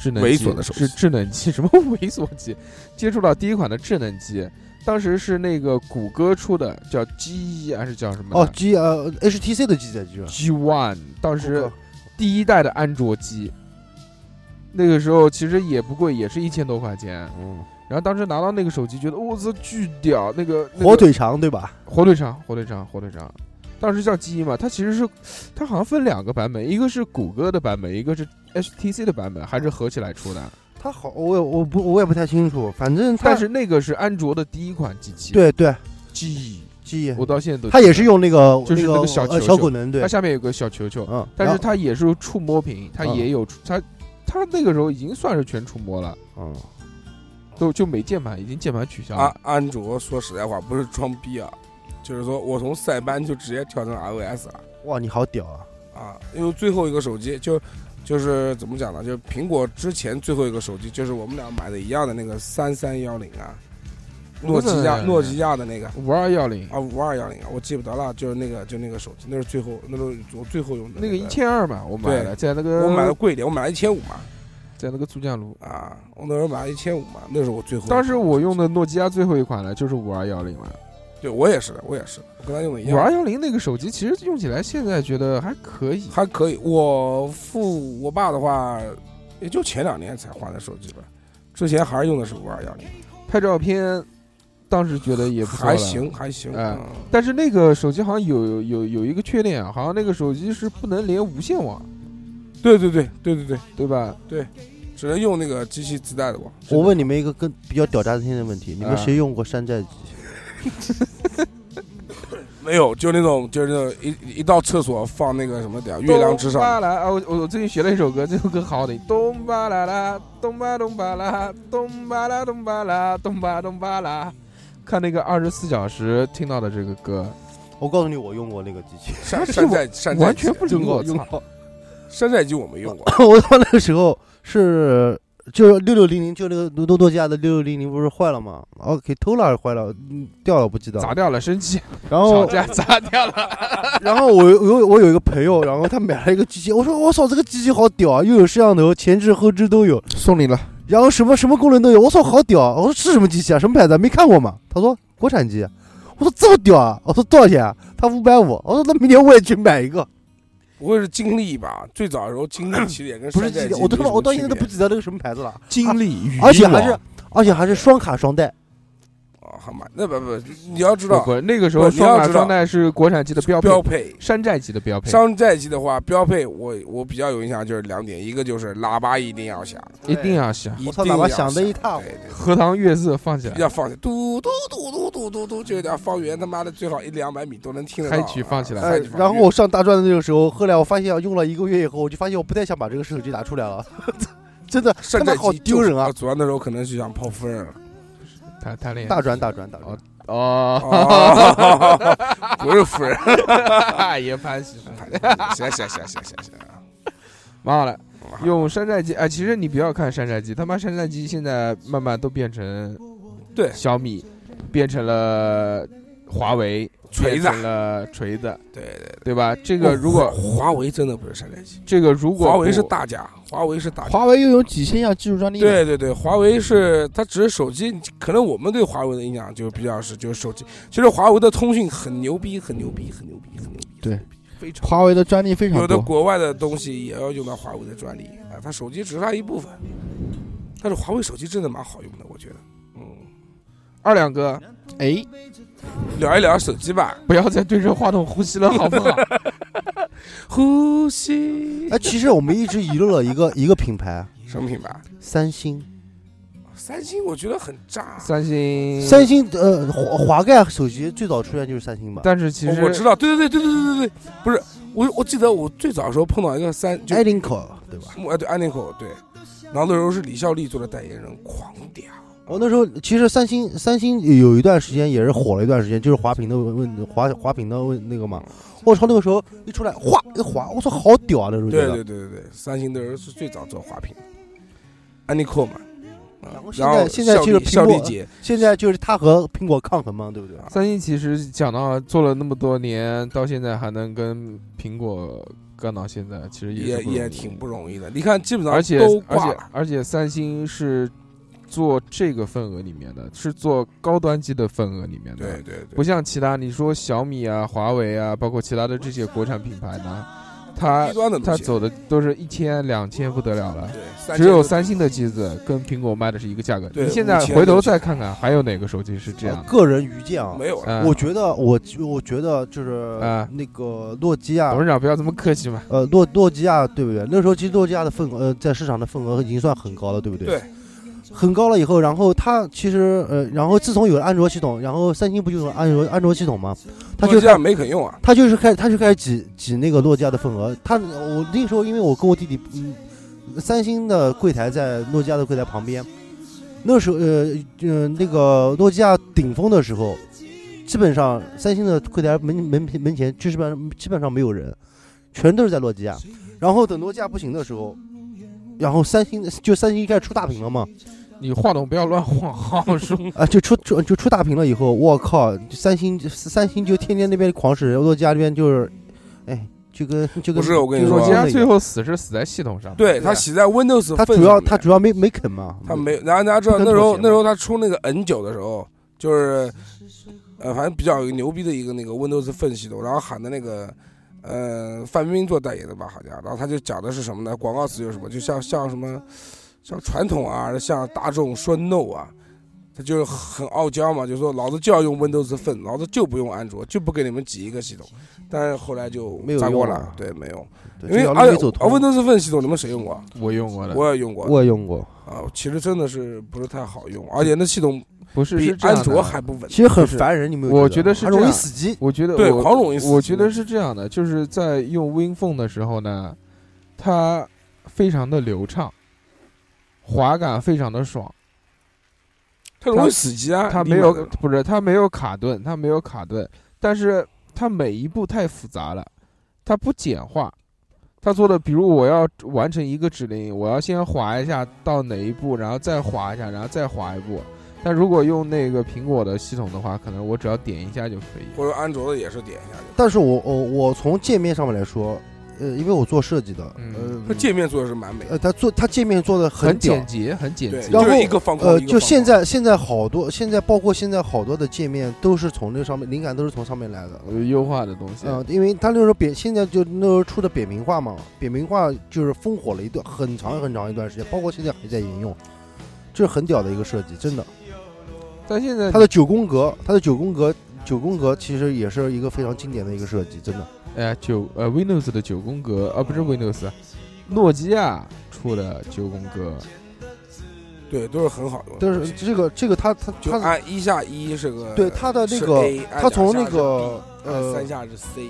A: 智能机
E: 猥琐的手机
A: 是智能机，什么猥琐机？ 接触到第一款的智能机，当时是那个谷歌出的，叫 G 还是叫什么的？
J: 哦，G 呃 HTC 的机载
E: 哦
J: 机了，
A: G One，当
J: 我
A: 时
J: 靠
A: 第一代的安卓机，那个时候其实也不贵，也是一千多块钱。
J: 嗯，
A: 然后当时拿到那个手机，觉得我操巨屌，那个、那个
J: 火腿肠对吧？
A: 火腿肠，火腿肠，火腿肠。当时叫鸡嘛，它其实是，它好像分两个版本，一个是谷歌的版本，一个是 HTC 的版本，还是合起来出的。
J: 它好，我也我不我也不太清楚，反正它
A: 但是那个是安卓的第一款机器，
J: 对对
A: G，
J: G，
A: 我到现在都
J: 它也是用那个
A: 就是那
J: 个
A: 个小
J: 呃
A: 球
J: 小
A: 球
J: 滚轮对
A: 它，下面有个小球球，
J: 嗯，
A: 但
J: 然
A: 是
J: 后
A: 它也是触摸屏，它
J: 嗯
A: 也有触它它那个时候已经算是全触摸了，
J: 嗯。
A: 都就没键盘，已经键盘取消了。
E: 安啊安卓说实在话不是装逼啊，就是说我从塞班就直接跳成 iOS 了。
J: 哇，你好屌啊！
E: 啊，因为最后一个手机就就是怎么讲呢？就是苹果之前最后一个手机，就是我们俩买的一样的那个三三幺零啊，诺基亚
A: 嗯
E: 诺基亚的那个
A: 五二幺零，
E: 啊五二幺零啊，我记不得了，就是那个就那个手机，那是最后那是我最后用的、
A: 那个
E: 个
A: 一，千二嘛，我买
E: 对
A: 了，在那个
E: 我买的贵一点，我买了一千五嘛
A: 在那个珠江路。
E: 啊，我那时候买了一千五嘛，那是我最后
A: 当时我用的诺基亚最后一款呢，就是五二幺零了。
E: 对我也是的，我也是的，我跟他用的一
A: 五
E: 样。
A: 二幺零那个手机其实用起来现在觉得还可以，
E: 还可以，我父我爸的话，也就前两年才换的手机吧，之前还是用的是五二幺零，
A: 拍照片，当时觉得也不错
E: 还
A: 了，
E: 行还行，
A: 哎
E: 嗯
A: 但是那个手机好像有有有一个缺点啊，好像那个手机是不能连无线网，
E: 对对对对对对，
A: 对吧？
E: 只能用那个机器自带的网。
J: 我问你们一个更比较屌炸天的问题，你们
A: 啊
J: 谁用过山寨机？
E: 没有，就那种就是那种一一到厕所放那个什么点，月亮之
A: 东巴
E: 上，
A: 拉啊，我我我最近学了一首歌，这首歌好好听。咚巴啦啦，咚巴咚巴啦，咚巴啦咚巴啦，咚巴咚巴啦。看那个二十四小时听到的这个歌，
J: 我告诉你，我用过那个机器，
E: 山山寨山寨
A: 完
E: 机
A: 全，不理 我，
C: 用
A: 操！
C: 过
E: 山寨机我没用过，
J: 我他妈那个时候是就是六六零零，就那个诺诺诺基亚的六六零零不是坏了吗？哦，给偷了还是坏了？嗯掉了不记得了。
A: 砸掉了，生气，
J: 然
A: 吵
J: 后
A: 架 砸掉了。
J: 然后我有我有我有一个朋友，然后他买了一个机器，我说我操，这个机器好屌啊，又有摄像头，前置后置都有，
C: 送你了，
J: 然后什么什么功能都有，我操，好屌啊！我说是什么机器啊？什么牌子啊？没看过吗？他说国产机啊。我说这么屌啊！我说多少钱啊？他五百五。我说那明天我也去买一个。
E: 不会是经历一把，最早的时候经历起点跟
J: 不是
E: 山
J: 机
E: 寨
J: 器，
E: 机
J: 我都他
E: 没
J: 妈
E: 什么
J: 我到现在都
E: 区
J: 不
E: 别
J: 记得那个什么牌子了，
A: 经历语音
J: 而且还是而且还是双卡双待。
E: 啊，好嘛，那不不，你要知道
A: 不，那个时候
E: 不你要
A: 双卡
E: 知道
A: 双待是国产机的标配，
E: 标配。
A: 山寨级的标配，
E: 山寨机的话，标配我我比较有印象就是两点，一个就是喇叭一定要响，
A: 一定要响，
E: 一
J: 哎我操
E: 定
J: 喇叭
E: 要
J: 响得一塌糊
E: 对对
A: 荷塘月色放起来，
E: 要放嘟嘟嘟嘟嘟嘟嘟，就点方圆他妈的最好一两百米都能听得到啊。
A: 开曲放起来
J: 呃
E: 开曲，放
J: 然后我上大专的那个时候，后来我发现用了一个月以后，我就发现我不太想把这个手机拿出来了， 真的他
E: 山
J: 妈
E: 寨
J: 好
E: 机
J: 丢人啊！
E: 主要那时候可能是想泡分 儿，
A: 谈谈恋爱
J: 大专大专大专
A: 哦，哦，
E: 哦不是夫人。
A: 也潘喜欢。
E: 行行行行行行，
A: 妈了，用山寨机哎，其实你不要看山寨机，他妈山寨机现在慢慢都变成
E: 对
A: 小米，变成了华为，
E: 锤子啊
A: 变成了锤子，
E: 对对对，
A: 对吧？这个如
E: 哦
A: 果
E: 华为真的不是山寨机，
A: 这个如果
E: 华为
A: 不
E: 是大家，华为是大家。
C: 华为又有几千项技术专利，，
E: 对对对，华为是它只是手机，可能我们对华为的印象就比较是就是手机。其实华为的通讯很牛逼，很牛逼，很牛逼，很牛逼。
C: 对
E: 很牛逼，非常。
C: 华为的专利非
E: 有
C: 常
E: 的
C: 多，
E: 国外的东西也要用到华为的专利啊，它手机只是它一部分。但是华为手机真的蛮好用的，我觉得。嗯，
A: 二两哥，
C: 哎，
E: 聊一聊手机吧。
A: 不要再对着话筒呼 吸了，好不好？
E: 呼吸。
J: 哎，其实我们一直遗漏了一个一个品牌，
E: 什么品牌？
J: 三星。
E: 三星我觉得很炸。
A: 三星，
J: 三星呃华华盖手机最早出现就是三星吧？
A: 但是其
E: 哦
A: 实
E: 我知道，对对对对对对对对，不是我我记得我最早的时候碰到一个三，就
J: 艾琳口对吧？
E: 哎对安利口对，然后那时候是李孝利做的代言人，狂屌。
J: 我那时候其实三星三星有一段时间也是火了一段时间，就是滑屏的问滑滑屏的问那个嘛。我操，那个时候一出来哗一滑，我操好屌啊！那时候觉
E: 对
J: 得
E: 对对对对，三星那时候是最早做花瓶，安利口嘛。嗯
J: 然后现
E: 然后
J: 在现在
E: 孝
J: 就是
E: 利
J: 苹
E: 孝利
J: 果
E: 姐，
J: 现在就是它和苹果抗衡嘛，对不啊对？
A: 三星其实讲到做了那么多年，到现在还能跟苹果干到现在，其实
E: 也
A: 是不容易
E: 也挺不容易的。你看，基本上
A: 而且
E: 都
A: 而
E: 挂
A: 且
E: 了。
A: 而且三星是做这个份额里面的，是做高端机的份额里面的，
E: 对对
A: 不
E: 对，
A: 像其他你说小米啊、华为啊，包括其他的这些国产品牌呢，它
E: 低端的路
A: 它
E: 线
A: 走的都是一千两千不得了了。
E: 对，三
A: 只
E: 星
A: 有
E: 都
A: 三星的机子跟苹果卖的是一个价格。
E: 对
A: 你现在
E: 5000
A: 回头再看看，还有哪个手机是这样的？
J: 个人愚见啊，
E: 没有了。
A: 嗯
J: 我觉得我我觉得就是
A: 啊
J: 那个诺基亚
A: 董事长不要这么客气嘛。
J: 呃，诺诺基亚对不对？那时候其实诺基亚的份额，呃，在市场的份额已经算很高了，对不对？
E: 对，
J: 很高了以后，然后它其实呃，然后自从有了安卓系统，然后三星不就有安卓安卓系统吗？它
E: 诺
J: 就
E: 基亚没肯用啊，
J: 它就是开它就开始挤挤那个诺基亚的份额。它我那个时候因为我跟我弟弟，嗯，三星的柜台在诺基亚的柜台旁边，那时候呃呃那个诺基亚顶峰的时候，基本上三星的柜台门门门前基本上基本上没有人，全都是在诺基亚。然后等诺基亚不行的时候，然后三星就三星开始出大屏了嘛，
A: 你话筒不要乱 晃，好好说。
J: 啊，就出出就出大屏了以后，我靠，三星三星就天天那边狂使，诺基亚这边就是，哎，就跟就跟
E: 不是我跟你
J: 就
E: 说
J: 跟
A: 诺
E: 啊
A: 基亚最
J: 后
A: 后死是死在系统上。
E: 对他写在 Windows
J: 啊他
E: 份
J: 主要
E: 上面
J: 他主要没没肯嘛，
E: 他没，然后大家知道
J: 嗯不跟
E: 那时候
J: 妥协
E: 那
J: 嘛
E: 时候他出那个 N 九的时候，就是呃，反正比较牛逼的一个那个 Windows 分系统，然后喊的那个呃，范冰冰做代言的吧，好像，然后他就讲的是什么呢？广告词有什么？就像像什么，像传统啊，像大众说 no 啊，他就是很傲娇嘛，就说老子就要用 Windows Phone，老子就不用安卓，就不给你们挤一个系统。但是后来就
J: 没有
E: 粘锅
J: 用
E: 了
J: 啊，
E: 对，没用，
J: 对
E: 因
J: 这
E: 为
J: 条
E: 而
J: 路没
E: 且
J: 走
E: 啊
J: 通。
E: Windows Phone 系统你们谁用过啊？
A: 我用过的，
E: 我也用过
J: 我也用过，
E: 啊，其实真的是不是太好用，而且那系统
A: 不是
E: 比
A: 是这样
E: 安
A: 的
E: 卓还不稳。
J: 啊其实很
A: 就是
J: 烦人，你没有？
A: 我觉
J: 觉
A: 得
J: 得吗
A: 是
J: 它
A: 这
J: 容易
A: 样
J: 死机。
A: 我觉得
E: 对
A: 我
E: 狂容易死
A: 我觉得是这样的，就是在用 Win Phone 的时候呢，它非常的流畅，滑感非常的爽，
E: 它容易死机啊！
A: 它
E: 立
A: 没
E: 马
A: 有
E: 的
A: 不是它没有卡顿，它没有卡顿，但是它每一步太复杂了，它不简化。它做的，比如我要完成一个指令，我要先滑一下到哪一步，然后再滑一下，然后再滑一步。但如果用那个苹果的系统的话，可能我只要点一下就可以。
E: 或者安卓的也是点一下就。
J: 但是我我我从界面上面来说，呃，因为我做设计的，
A: 嗯
E: 它
J: 呃，
E: 界面做的是蛮美的，
J: 呃，它做它界面做的
A: 很
J: 屌
A: 简，洁，很简
E: 对，
A: 洁。
J: 然
E: 就
J: 后
E: 是一个方框。
J: 呃，
E: 一个
J: 就
E: 方
J: 现
E: 框
J: 在现在好多现在包括现在好多的界面都是从这上面灵感都是从上面来的。
A: 呃优化的东西。
J: 呃，因为它那时候扁，现在就那时候出的扁平化嘛，扁平化就是烽火了一段很长很长一段时间，包括现在还在沿用，这是很屌的一个设计，真的。
A: 但现在
J: 它的九宫格，它的九宫格，九宫格其实也是一个非常经典的一个设计，真的。
A: 哎九呃 Windows 的九宫格啊不
E: 嗯
A: 是 Windows，诺基亚出的九宫格，
E: 对都是很好用的
J: 但
E: 东西，
J: 是这个这个它它
E: 就
J: 它
E: 按一下一是个
J: 对它的那
E: 是
J: 个
E: A，，按
J: 它
E: 两
J: 从那
E: 下是
J: 个
E: B，按
J: 呃
E: 三，下是 C，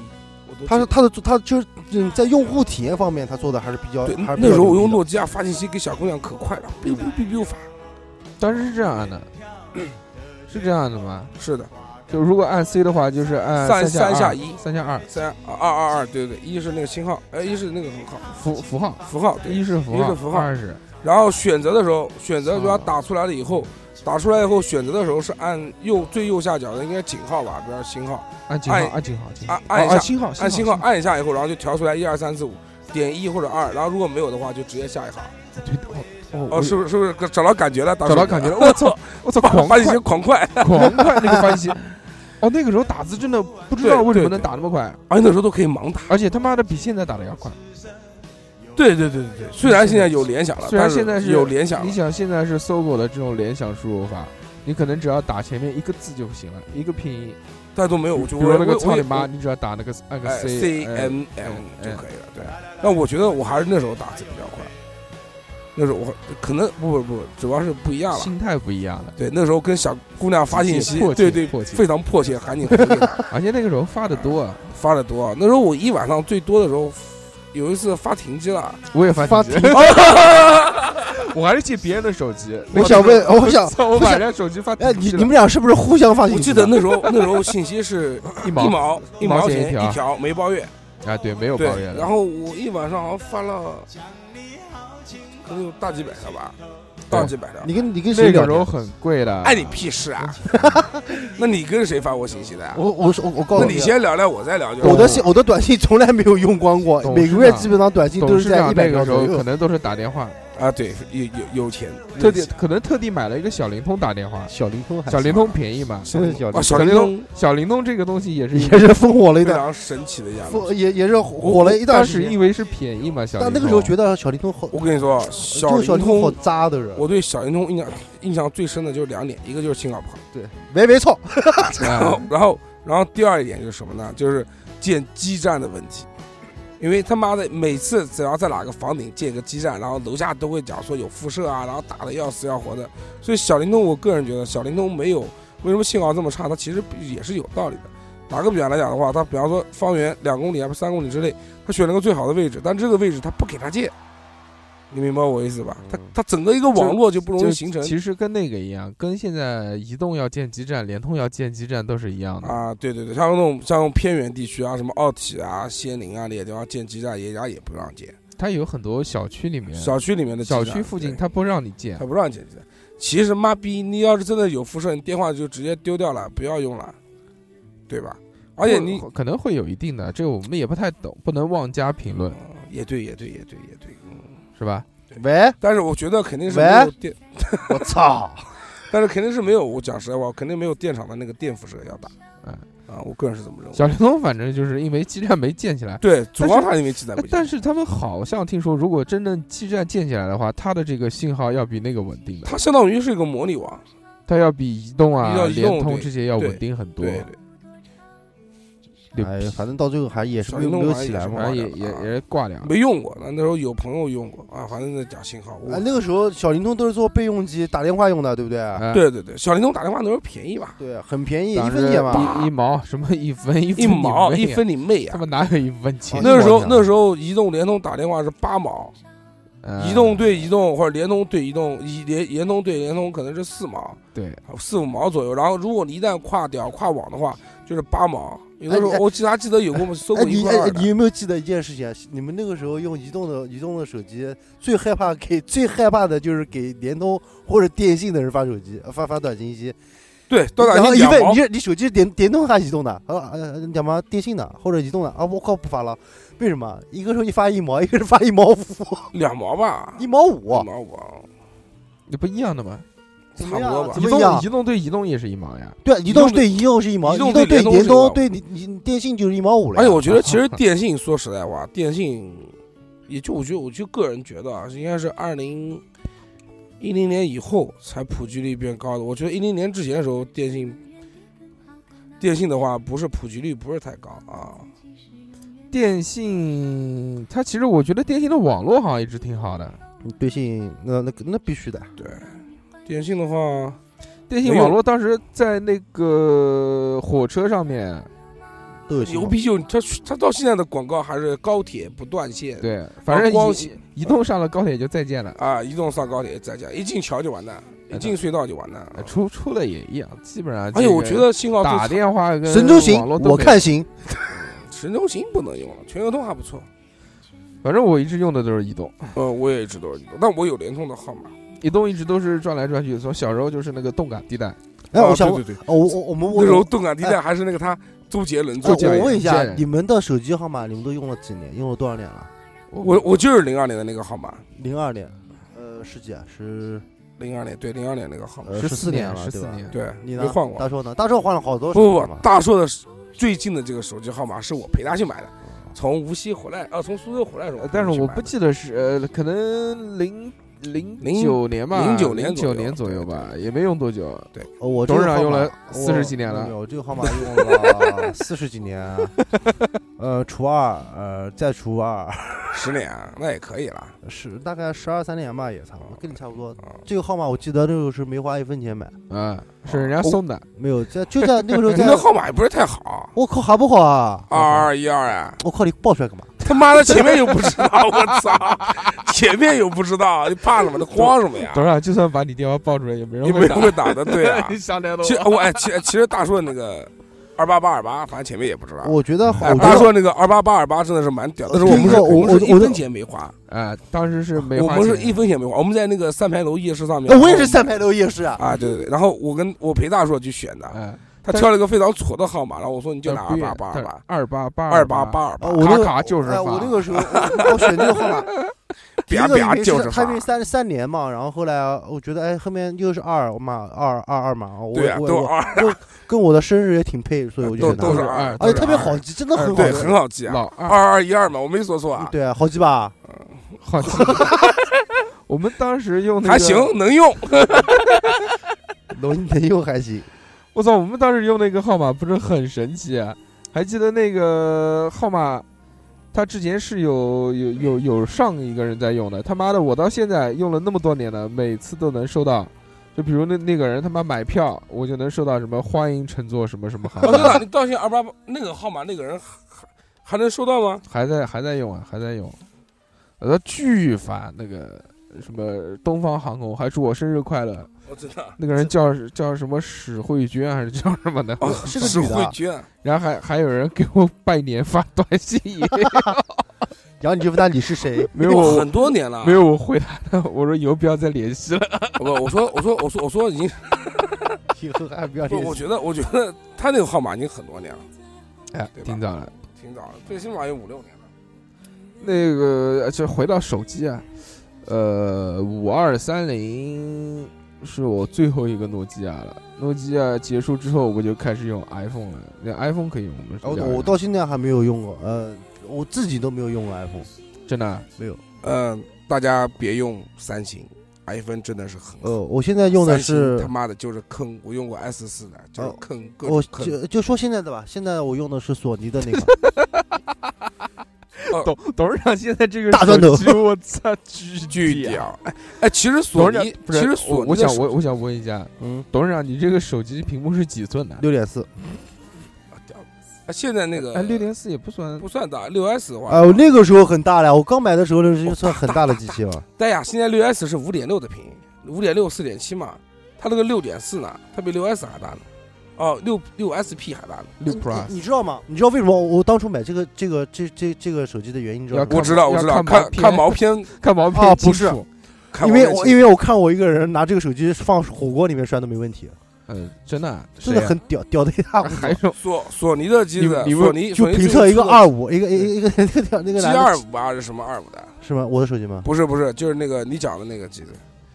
E: 我都
J: 它是
E: 记
J: 它的它就是嗯在用户体验方面，它做的还是比较
E: 得对
J: 还是比
E: 那
J: 较
E: 时候我
J: 牛
E: 用
J: 逼的
E: 诺基亚发信息给小姑娘可快了，biu biu biu biu 发，
A: 当时是这样的， 是这样的吗？
E: 是的，
A: 就如果按 C 的话，就是按
J: 呃
E: 三
A: 三
E: 三下
A: 二
E: 一
A: 三下二
E: 三啊二二二对对，一是那个星号，哎一是那个符号
A: 符符号，
E: 符号对，
A: 一是符
E: 一
A: 号，
E: 是符号
A: 二是
E: 然后选择的时候选择主要
A: 啊
E: 打出来了以后。打出来以后，选择的时候是按右最右下角的应该井号吧，不是星号，
A: 按井号
E: 按
A: 按井号井号
E: 按按一
A: 哦
E: 下
A: 哦星号
E: 按星
A: 星
E: 号按一下以后，然后就调出来一二三四五，点一或者二，然后如果没有的话就直接下一行。
A: 对哦哦
E: 哦，
A: 我
E: 是不是是不是找到感觉了？
A: 找到感觉了，我操我操
E: 发
A: 狂
E: 发
A: 快
E: 信息狂快，
A: 狂快那个翻 新。哦，那个时候打字真的不知道
E: 对
A: 为什
E: 对
A: 么
E: 对
A: 能打哎那么快，
E: 而且那时候都可以盲打。
A: 而且他妈的比现在打的要快。
E: 对对对对对，虽然现在有联想了，
A: 虽然
E: 但
A: 现在是
E: 有联想
A: 你
E: 了，
A: 想现在是搜狗的这种联想输入法，你可能只要打前面一个字就行了，一个拼音，
E: 但都没有。
A: 比
E: 我就
A: 比如
E: 我
A: 那个操你！
E: 我
A: 妈，
E: 我
A: 你只要打那个按个
E: 哎
A: C
E: ，C
A: 哎
E: M M
A: 哎
E: 就可以了。对，但我觉得我还是那时候打字比较快。那时候我可能不不不，主要是不一样了。
A: 心态不一样了。
E: 对，那时候跟小姑娘发信息
A: 迫，切
E: 对对，
A: 迫切
E: 非常迫切，赶紧回应她
A: 而且那个时候发的多，啊，
E: 发的多啊。那时候我一晚上最多的时候，有一次发停机了。
A: 我也发
J: 发
A: 信息我还是借别人的手机。
J: 我想问我想
A: 操 我
J: 我
A: 把
J: 想
A: 人家手机发
J: 哎，
A: 停
J: 你
A: 机
J: 你
A: 了
J: 们俩是不是互相发信
E: 我
J: 息
E: 记
J: 的
E: 得那时候那时候信息 是
A: 一
E: 一
A: 毛
E: 毛
A: 一毛
E: 毛
A: 钱一
E: 钱
A: 条
E: 条，没包月。
A: 啊？对，没有抱
E: 对
A: 怨，
E: 然
A: 了。
E: 后我一晚上好像发了，可能有大几百条吧，大几百条。
J: 你跟你跟谁
A: 那
J: 聊
A: 个时
J: 天
A: 候？哎很贵的，
E: 碍你屁事啊！那你跟谁发过信息的呀？
J: 我我说我我告
E: 那
J: 诉啊
E: 你先聊聊，我再聊就。
J: 我的信我的短信从来没有用光过，
A: 董事
J: 每个月基本上短信都
A: 董
J: 是
A: 事
J: 在
A: 长
J: 一
A: 那
J: 百
A: 个
J: 条
A: 时
J: 左
A: 候可
J: 右。
A: 能都是打电话，
E: 啊，对，有有有钱，
A: 特地可能特地买了一个小灵通打电话，
J: 小灵通还
A: 小灵通便宜嘛。
J: 真的小灵
E: 啊，
J: 通
E: 小
A: 灵
E: 灵通
A: 小灵通这个东西也是一
J: 也
A: 个
J: 是烽火了一
E: 非
J: 段，
E: 常神奇的样子。
J: 烽也也是火了一段
A: 当
J: 时
A: 时
J: 间。
A: 因为是便宜嘛，小灵
J: 但
A: 通
J: 那个时候觉得小灵通好，
E: 我跟你说，
J: 这
E: 小
J: 个小
E: 灵
J: 灵通好
E: 通，
J: 渣的人。
E: 我对小灵通印象印象最深的就是两点，一个就是信号不好。
J: 没没错，
A: 嗯
E: 然后，然后，然后第二一点就是什么呢？就是建基站的问题，因为他妈的每次只要在哪个房顶建个基站，然后楼下都会讲说有辐射啊，然后打的要死要活的。所以小灵通，我个人觉得小灵通没有为什么信号这么差，它其实也是有道理的。打个比方来讲的话，它比方说方圆两公里还是三公里之内，它选了个最好的位置，但这个位置它不给它建，你明白我意思吧？它它整个一个网络就不容易
A: 嗯就
E: 形成
A: 其实跟那个一样，跟现在移动要建基站、联通要建基站都是一样的。
E: 啊，对对对，像那种像偏远地区啊，什么奥体啊、仙林啊那些地方建基站，人家也不让建。
A: 它有很多小区里面，
E: 小区里面的基
A: 啊小
E: 站
A: 区附近
E: 对
A: 它不让你建
E: 他，不让建基站。其实妈逼，你要是真的有辐射，你电话就直接丢掉了，不要用了，对吧？而且你
A: 或可能会有一定的，这个我们也不太懂，不能妄加评论，
E: 嗯也对，也对，也对，也对。嗯，
A: 是吧？
J: 喂，
E: 但是我觉得肯定是
J: 喂
E: 没有电，
J: 我操！
E: 但是肯定是没有。我讲实在话，肯定没有电厂的那个电辐射要大。
A: 嗯，
E: 啊，我个人是这么认为。
A: 小灵通反正就是因为基站没建起来，
E: 对，主
A: 但
E: 要
A: 是
E: 它因为基站不
A: 哎
E: 行，
A: 但是他们好像听说，如果真正基站建起来的话，它的这个信号要比那个稳定的，
E: 它相当于是一个模拟网，
A: 它要比移动啊、
E: 要移动
A: 联通
E: 对
A: 这些要
E: 对
A: 稳定很多。
E: 对对，
A: 对
J: 哎，反正到最后还也是
E: 小
J: 没有
E: 灵
J: 没
E: 通
J: 有
E: 还
J: 起来
E: 也是
J: 嘛
A: 反。正也也也是挂两，
E: 啊没用过。那那时候有朋友用过啊，反正在讲信号。我
J: 哎，那个时候小灵通都是做备用机打电话用的，对不对？
A: 哎，
E: 对对对，小灵通打电话那时候便宜吧，
J: 对，很便宜，一
A: 当时
J: 分钱嘛。
A: 一一毛什么一分一分
E: 一毛
A: 你妹
E: 一
A: 呀，
E: 分你妹
A: 他
E: 啊！
A: 们哪有一分钱？
E: 那时
J: 一毛
E: 候
J: 钱啊
E: 那时候移动、联通打电话是八毛，
A: 呃
E: 移动对移动或者联通对移动，移联联通对联通可能是四毛，
A: 对，
E: 四五毛左右。然后如果你一旦跨掉跨网的话，就是八毛。有的时候
J: 哎你
E: 我记得还记得有过我们收
J: 哎，
E: 过一
J: 你
E: 块
J: 哎
E: 二，
J: 你
E: 的，
J: 有没有记得一件事情啊？你们那个时候用移动的移动的手机，最害怕给最害怕的就是给联通或者电信的人发手机呃发发短信息，
E: 对，到哪
J: 然后
E: 天
J: 一
E: 两
J: 问
E: 毛
J: 你，是你手机是联联通还是移动的？啊呃两毛电信的或者移动的啊，我靠不发了，为什么？一个时候一发一毛，一个是发一毛五，
E: 两毛吧，
J: 一毛五，
E: 一毛五啊，
A: 那不一样的嘛。
J: 怎
E: 差
J: 么
E: 不
J: 样
E: 多
J: 啊
E: 吧
J: 怎
A: 移
J: 么。
A: 动
J: 样
A: 移动对移动也是一毛呀。
J: 对，啊移
E: 动
J: 动是对移动是一毛，
E: 移
J: 移
E: 动对
J: 动对
E: 联通
J: 联
E: 是一毛哎
J: 通对你你电信就是一毛五了呀。
E: 而且我觉得 其实电信，说实在话，电信也就我觉得，我就个人觉得啊，应该是二零一零年以后才普及率变高的。我觉得一零年之前的时候，电信电信的话，不是普及率不是太高啊。
A: 电信，它其实我觉得电信的网络好像一直挺好的。
J: 电信那那那必须的，
E: 对，电信的话，
A: 电信
E: 没有
A: 网络当时在那个火车上面，
J: 都有信号
E: 牛。逼就它它到现在的广告还是高铁不断线，
A: 对，反正
E: 光
A: 移移动上了高铁就再见了，
E: 啊，移动上高铁再加，一进桥就完蛋，一进隧道就完蛋。
A: 呃哎出出了也一样，基本上。
E: 而且哎我觉得信号最
A: 打
E: 差
A: 电话跟
J: 神州行
A: 网络，都
J: 我
A: 没有
J: 看
E: 啊
J: 行。
E: 神州行不能用了，全流通还不错。
A: 反正我一直用的都是移动，
E: 呃，我也一直都是移动，但我有联通的号码。
A: 移动一直都是转来转去，从小时候就是那个动感地带。
J: 哎，
E: 啊
J: 我想
E: 对
J: 问，
E: 对对，
J: 哦我我我们
E: 那
J: 我
E: 时候动感地带还是那个他周杰伦
J: 哎
E: 做
A: 周杰伦
E: 的。
J: 我问一
A: 贱
J: 下，
A: 人
J: 你们的手机号码你们都用了几年？用了多少年了？
E: 我我就是零二年的那个号码，
J: 零二年，呃，十几啊，十
E: 零二年对零二年那个号码，
J: 呃
A: 十
J: 四
A: 四
J: 年了，
A: 十
J: 对
A: 四
J: 吧？
A: 年，
E: 对，
J: 你
E: 没
J: 呢？
E: 换过
J: 大。硕呢？大硕换了好多
E: 不
J: 手机
E: 不
J: 号
E: 不
J: 码，
E: 大硕的最近的这个手机号码是我陪他去买的，从无锡回来，啊，从苏州回来的时候
A: 呃
E: 陪他去买
A: 但
E: 的，
A: 是我不记得是呃，可能零零
E: 零
A: 九年吧，零
E: 09年左
A: 九
E: 右
A: 年左右
E: 对
A: 吧，也没用多久。
J: 哦我
A: 董
J: 这
A: 事长
J: 个号
A: 用
J: 码
A: 了
J: 我
A: 40几年了
J: 没有，我这个号码用了四十几年，啊 呃，除二，呃，再除二，
E: 十年啊那也可以了，
J: 是大概十二三年吧，也差不多，跟你差不多。
E: 啊，
J: 这个号码我记得那个是没花一分钱买，
E: 哦
A: 啊，是人家送的，
J: 没有在就在那个时候
E: 你
J: 在
E: 那，号码也不是太好，
J: 我靠，好不好啊？
E: 二二一二啊，
J: 我靠，你爆出来干嘛？
E: 他妈的前面又不知道，我操，前面又不知道，你怕什么？你慌什么呀？
A: 董事长就算把你电话报出来，也没
E: 你没
A: 人会
E: 人
A: 打。，
E: 会打的，对啊
A: 你 想太多
E: 其实我哎，其其实大硕那个二八八二八，反正前面也不知道。
J: 我觉得好，
E: 哎
J: 我觉
E: 大
J: 得
E: 硕那个二八八二八真的是蛮屌，但是我们是
J: 这个我
E: 们是
J: 我
E: 一分钱没花，
A: 啊，当时是没
E: 我
A: 花
E: 们是
A: 钱
E: 一分钱没花，我们在那个三牌楼夜市上面
J: 哎，我也是三牌楼夜市啊。
E: 啊，对对对。然后我跟我陪大硕去选的，
A: 啊，
E: 他挑了一个非常挫的号码，然后我说
A: 呃
E: 你就拿二八八二八
A: 二八八
E: 二八八二
J: 啊，
E: 八，
J: 我那
A: 卡
J: 个
A: 卡就是
J: 哎，
A: 发，
J: 我那个时候我我选这个号 码，第
E: 啪
J: 一个
E: 啪
J: 因为
E: 就是
J: 他因
E: 发
J: 为三三年嘛，然后后来我觉得哎后面又是二嘛二二二嘛，我
E: 对啊，
J: 我
E: 都
J: 我
E: 二，
J: 跟我的生日也挺配，所以我就
E: 都
J: 选它
E: 都
A: 都
E: 是
A: 是
E: 二哎
A: 二，
E: 都
J: 而
E: 是
J: 且特别
E: 二
J: 好，记，真的很好
E: 对，
J: 记，
E: 很好记啊，
A: 老 二
E: 二二一二嘛，我没说错啊，
J: 对，好记吧？
A: 好记。 我们当时用那个
E: 还行，能用。
J: 能能用还行，
A: 我操，我们当时用那个号码不是很神奇、啊，还记得那个号码，他之前是有有有有上一个人在用的，他妈的，我到现在用了那么多年了，每次都能收到。就比如那那个人他妈买票，我就能收到什么欢迎乘坐什么什么
E: 我知道
A: 号，
E: 哦你到现在二八八那个号码，那个人还还能收到吗？
A: 还在还在用啊，还在用，呃，巨烦那个什么东方航空，还祝我生日快乐。
E: 我知道，
A: 那个人叫叫什么史慧娟还是叫什么的，
E: 哦，
J: 是个
E: 是
J: 女的
E: 慧娟。
A: 然后还还有人给我拜年发短 信，
J: 然后你就问他你是谁？
A: 没有
E: 那个
A: 我
E: 很多年了，
A: 没有，我回答他，我说以后不要再联系了。
E: 不，我说我说我说我说已经，
J: 以后还不 要
E: 不，
J: 联
E: 我
J: 系。
E: 觉得我觉得他那个号码已经很多年了，
A: 哎
E: 对，吧
A: 挺早了。
E: 挺早了，最起码有五六年了。
A: 那个就回到手机啊，呃，五二三零是我最后一个诺基亚了。诺基亚结束之后，我就开始用 iPhone 了。那 iPhone 可以用吗？
J: 我我到现在还没有用过，呃，我自己都没有用过 iPhone，
A: 真的啊
J: 没有。
E: 嗯、大家别用三星，iPhone 真的是很狠。
J: 呃，我现在用的
E: 三星
J: 是
E: 他，哦妈的就是哦坑，我用过 S 四的，就是坑，各
J: 我
E: 种坑。
J: 就就说现在的吧，现在我用的是索尼的那个
A: 董董事长现在这个
J: 大砖头
A: 手机我操，巨
E: 巨
A: 屌！
E: 屌！哎哎，其实
A: 董
E: 索
A: 事长
E: 尼，
A: 不
E: 其
A: 是
E: 实索
A: 我
E: 尼
A: 我
E: 的
A: 想
E: 手
A: 我我想问一下，
J: 嗯，
A: 董事长，你这个手机屏幕是几寸的？
J: 六点四，
E: 哎现在那个
A: 哎，六点四也不算
E: 不算大，六 S 的话，
J: 啊，我那个时候很大了，我刚买的时候那是算很哦大的机器了，
E: 但呀，现在六 S 是五点六的屏，五点六四点七嘛，它那个六点四呢，它比六 S 还大呢，哦，六六 SP 还大呢。
A: 六啊
J: 你
A: Plus。
J: 你知道吗？你知道为什么我我当初买这个这个这这这个手机的原因，你知道
A: 要
J: 吗？
E: 我知道，我知道，
A: 要看
E: 看
A: 毛片
E: 看毛片，
A: 看毛片
J: 啊
A: 清
J: 不是
A: 楚，
E: 看
J: 因
E: 毛片
J: 为我
E: 清
J: 因为我看我一个人拿这个手机放火锅里面涮都没问题，
A: 嗯，真的啊
J: 真的
A: 谁啊
J: 很屌屌的一塌糊涂。
A: 还有
E: 索索尼的机子，
A: 你你
E: 索尼
J: 就
E: 索尼
J: 评
E: 最
J: 测一个
E: 出的
J: 二五，一个一个一个 那个那个
E: G
J: 男
E: 二
J: 的
E: 五吧还是什么二五的？
J: 是吗？我的手机吗？
E: 不是不是，就是那个你讲的那个机子，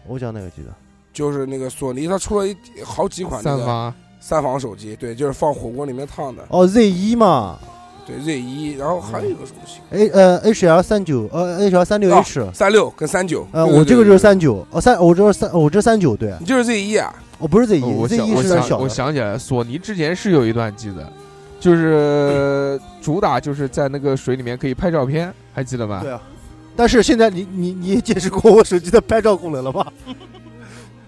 J: 我讲哪个机子？
E: 就是那个索尼，它出了一好几款那
A: 三
E: 个
A: 方
E: 三防手机，对，就是放火锅里面烫的，
J: 哦，Z 嗯一嘛，
E: 对 Z 一，然后还有一个什么型？
J: A 呃 H L 三九呃 H L 三
A: 哦
J: 六 H，
E: 三六跟三九，
J: 呃
E: 对
J: 我这
E: 对
J: 个就是，
E: 对对
J: 三九，哦三我这是三我这三九对，
E: 你就是 Z 一啊，
J: 我不是 Z
A: 哦我
J: 一，Z
A: 想
J: 一
A: 我
J: 是点
A: 想
J: 小
A: 我
J: 的，
A: 想起来了，索尼之前是有一段记得，
E: 嗯
A: 就是主打就是在那个水里面可以拍照片，还记得吗？
J: 对啊。但是现在你你你也解释过我手机的拍照功能了吧？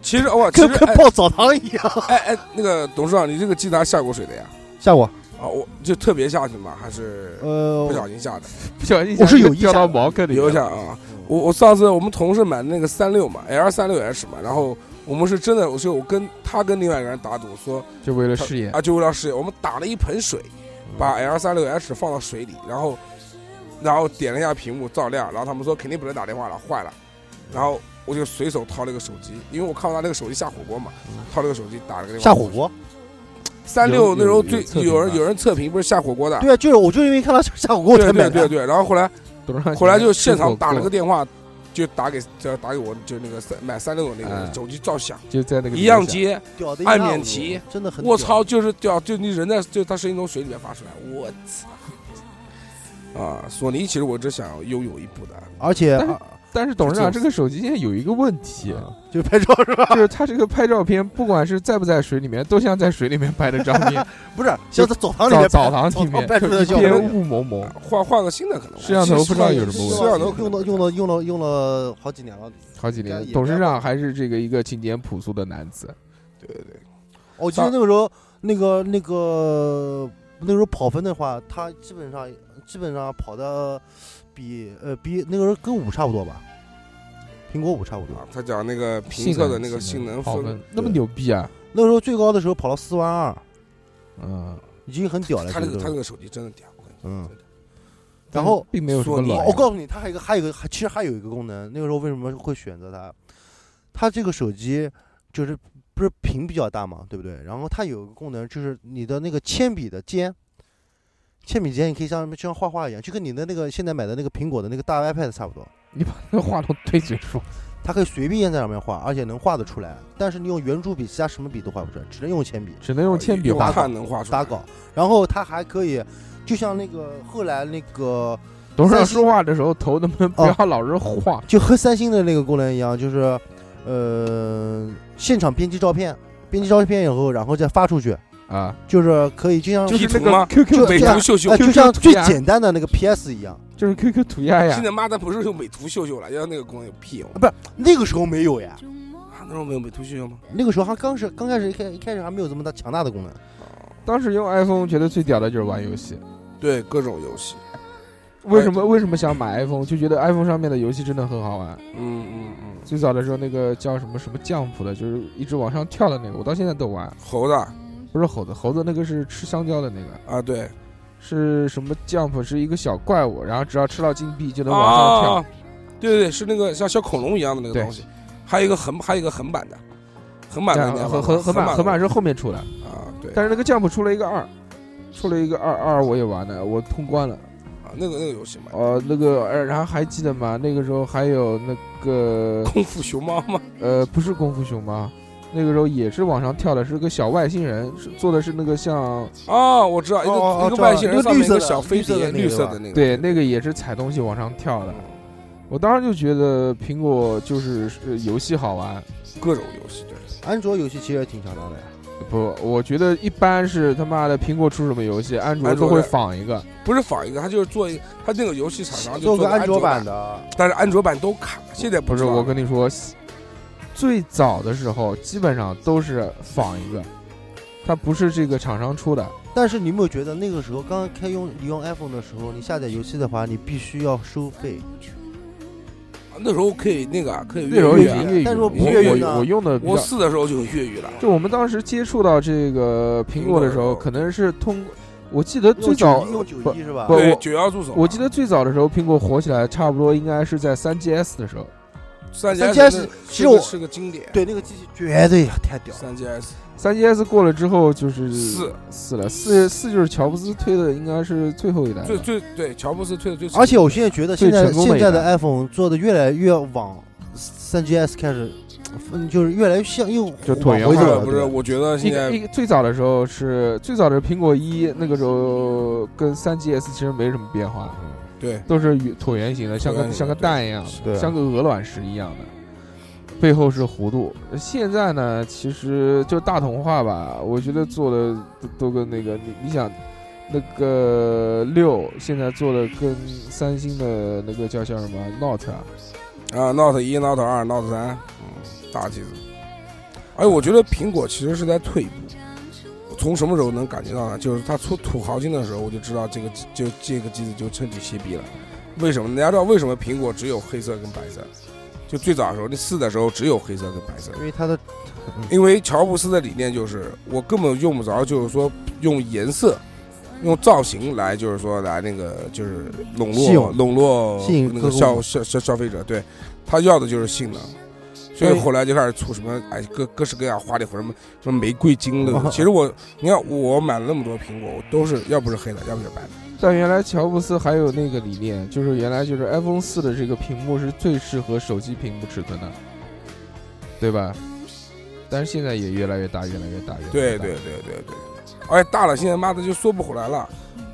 E: 其实哇，其
J: 跟
E: 实
J: 跟
E: 哎
J: 泡澡堂一样。
E: 哎哎，那个董事长，你这个机子还下过水的呀？
J: 下过，
E: 啊，我就特别下去嘛，还是不
J: 呃，
E: 小心下的？
A: 不小心
J: 我是有意
A: 掉
J: 下
A: 到
J: 的
A: 茅坑里
E: 留
A: 了。
E: 下啊！我我上次我们同事买的那个三六嘛，L 三六 H 嘛，然后我们是真的，我是我跟他跟另外一个人打赌说
A: 就为了事业，
E: 啊，就为了事业，我们打了一盆水，
J: 嗯
E: 把 L 三六 H 放到水里，然后然后点了一下屏幕照亮，然后他们说肯定不能打电话了，坏了，
J: 嗯
E: 然后我就随手掏了个手机，因为我看到他那个手机下火锅嘛，掏了个手机打了个电话。
J: 嗯下啊火锅。
E: 三六那时候最有人
A: 有有测评吧
E: 有人测评不是下火锅的，
J: 对啊，就是我就因为看到下火锅我
E: 对
J: 才买
E: 对
J: 的。
E: 对对，然后后来
A: 董事长
E: 后来就现
A: 吃火
E: 场打了
A: 锅
E: 个电话，就打给就打给我就那个三买三六的那个
A: 哎
E: 人，手机照响，
A: 就在那个啊
E: 一样
A: 机，
E: 接，
J: 屌的一
E: 按
J: 塌
E: 免
J: 糊涂
E: 提，
J: 真的很。
E: 我操，！就是掉，就你人在就他声音从水里面发出来，我操！啊，索尼其实我只想拥有一部的，
J: 而且
A: 但是
J: 啊
A: 但是董事长
E: 就嗯
A: 这个手机现在有一个问题，
J: 就是拍照 是吧？
A: 就是它这个拍照片，不管是在不在水里面，都像在水里面拍的照 片，
J: 不是，像在澡堂里面
A: 澡
J: 拍哦
A: 澡堂里面
J: 拍出来的
A: 一
J: 效
A: 边
J: 果。
A: 雾蒙蒙
E: 啊。换换个新的可能吧。
A: 摄像头不知道有什么
E: 摄像
A: 问
E: 头
A: 题，
J: 用了用了用了用了好几年了。
A: 好几年
J: 也，
A: 董事长还是这个一个勤俭朴素的男子。
E: 对对对，
J: 我记得哦那个时候，那个那个那个时候跑分的话，他基本上基本上跑的比呃比那个时候跟五差不多吧，苹果五差不多。
E: 啊，他讲那个评测的那个性能
A: 好
E: 分，
A: 那么牛逼啊！
J: 那个时候最高的时候跑到四万二，
A: 嗯，
J: 已经很屌了。
E: 他
J: 这
E: 那个
J: 都
E: 他那个手机真的屌，我跟你
J: 嗯
E: 讲，真的
J: 然后
A: 并没有什么
E: 索尼
A: 卵
J: 哦我告诉你，它还有一个，还有一个，还其实还有一个功能。那个时候为什么会选择它？它这个手机就是不是屏比较大嘛，对不对？然后它有一个功能，就是你的那个铅笔的尖，铅笔尖你可以像就像画画一样，就跟你的那个现在买的那个苹果的那个大 iPad 差不多，
A: 你把那 话筒对嘴说，
J: 它可以随便在上面画，而且能画得出来。但是你用圆珠笔，其他什么笔都画不出来，只能用铅笔
A: 只能用铅笔
E: 用
A: 画。
E: 看能画出来
J: 打稿。然后它还可以，就像那个后来那个
A: 董事长
J: 三星
A: 说话的时候头能不能不
J: 哦
A: 要老是晃？
J: 就和三星的那个功能一样，就是，呃，现场编辑照片，编辑照片以后，然后再发出去，
A: 啊，
J: 就是可以就像
A: 就是那
E: 图吗
A: 个 QQ
J: 就
E: 美
A: 美
J: 这
A: 图
J: 样
E: 图，秀秀
J: 哎，。就像
A: QQ
J: 最
A: 图呀
J: 简单的那个 PS 一样，
A: 就是 QQ 涂鸦呀
E: 现。在妈的不是用美图秀秀了，要那个功能有屁用
J: 啊？那个时候没有呀，
E: 啊，那时候没有美图秀秀吗？
J: 那个时候还刚是刚开始一开一开始还没有这么大强大的功能，
A: 当时用 iPhone 觉得最屌的就是玩游戏。
E: 嗯对，各种游戏，
A: 为什么为什么想买 iPhone？就觉得 iPhone 上面的游戏真的很好玩。
E: 嗯嗯嗯，
A: 最早的时候那个叫什么什么降谱的，就是一直往上跳的那个，我到现在都玩。
E: 猴子
A: 不是猴子，猴子那个是吃香蕉的那个，
E: 啊，对，
A: 是什么 jump？是一个小怪物，然后只要吃到金币就能往上跳。
E: 啊，对对对，是那个像小恐龙一样的那个
A: 对
E: 东西，还有一个横，还有一个横版的，横版的
A: 但
E: 你还玩
A: 横横
E: 吗
A: 横版
E: 横
A: 横版是后面出的，
E: 的啊，对，
A: 但是那个 jump 出了一个二，出了一个二二我也玩了，我通关了。
E: 啊，那个那个游戏嘛，
A: 呃，那个呃，然后还记得吗？那个时候还有那个
E: 功夫熊猫嘛，
A: 呃，不是功夫熊猫，那个时候也是往上跳的，是个小外星人，是做的是那个像
E: 哦，我知道，一
J: 哦哦
E: 个
J: 哦
E: 一个
J: 知道了
E: 外星人
J: 那个
E: 上面一
J: 绿色
E: 个
J: 的
E: 小飞
J: 绿色的
E: 碟，
J: 那个
E: 绿色
J: 吧
E: 的那个，
A: 对，那个也是踩东西往上跳的。我当时就觉得苹果就是呃游戏好玩，
E: 各种游戏，对，
J: 安卓游戏其实也挺强大的呀。
A: 不，我觉得一般是他妈的苹果出什么游戏，安卓
E: 安卓
A: 都会
E: 的
A: 仿一个。
E: 不是仿一个，他就是做一个，他那个游戏厂商就
J: 做个
E: 安
J: 安卓
E: 版
J: 版，的，
E: 但是安卓版都卡，现在
A: 不是，
E: 知道
A: 我跟你说，最早的时候基本上都是仿一个，它不是这个厂商出的。
J: 但是你有没有觉得那个时候刚开用你用 iPhone 的时候，你下载游戏的话，你必须要收费。
E: 那时候可以那个啊可以
A: 那时候已
E: 越狱
A: 经
E: 啊，
A: 粤语
J: 但是
A: 了，我
J: 我不粤语呢
A: 我我用的比
E: 我
A: 较，
E: 四的时候就有粤语了，
A: 就我们当时接触到这个苹果的时
E: 苹
A: 候，
E: 果
A: 可能是通，我记得最早
J: 用九
A: 不
J: 一是吧
A: 不？
E: 对
A: 我
E: 九幺助手啊，
A: 我记得最早的时候，苹果火起来，差不多应该是在三 GS 的时候。
E: 三
J: 三
E: GS 是
J: GS
E: 个
J: 其实我
E: 是个经典，
J: 对那个机器绝对太屌了，
E: 三 GS
A: 三 GS 过了之后就是
E: 四
A: 四了，四四就是乔布斯推的，应该是最后一代了。
E: 最最对乔布斯推的最成功的，
J: 而且我现在觉得现
A: 最
J: 在
A: 成功的
J: 现
A: 一
J: 在的
A: 代
J: iPhone 做的越来越往三 GS 开始，嗯就是越来越像又
A: 就椭
J: 往
A: 圆
J: 回
A: 化
J: 走
A: 了
J: 了，
E: 不
J: 对
E: 是，
J: 吧
E: 我觉得
A: 一
E: 现
A: 个一
E: 在
A: 个最早的时候是最早的苹果一，那个时候跟三 GS 其实没什么变化，
E: 对
A: 都是圆椭圆形的，像
E: 嗯椭圆
A: 个
E: 形
A: 像个
E: 对
A: 蛋一样的，
J: 对啊
A: 像个鹅卵石一样的，背后是弧度。现在呢，其实就大同化吧，我觉得做的都都跟那个你你想。那个六现在做的跟三星的那个叫叫什么 Note 啊，
E: 啊，Note 一、Note 二、Note 三，嗯，大机子。哎，我觉得苹果其实是在退步。从什么时候能感觉到呢？就是它出土豪金的时候，我就知道这个就这个机子就彻底歇逼了。为什么？大家知道为什么苹果只有黑色跟白色？就最早的时候，那四的时候只有黑色跟白色，
J: 因为它的
E: 因为乔布斯的理念就是我根本用不着，就是说用颜色、用造型来，就是说来那个就是笼
J: 吸
E: 络
J: 引
E: 笼络
J: 吸引
E: 那
J: 客
E: 个
J: 户
E: 消消消消费者，对他要的就是性能。所以
J: 对
E: 后来就开始出什么哎各各式各样花里胡什么什么玫瑰金的
J: 哦。
E: 其实我你看我买了那么多苹果，我都是要不是黑的，要不是白的。
A: 但原来乔布斯还有那个理念，就是原来就是 iPhone 四的这个屏幕是最适合手机屏幕尺寸的，对吧？但是现在也越来越大，越来越大，越来
E: 对
A: 越大
E: 对。对对对，而且大了，现在妈的就缩不回来了。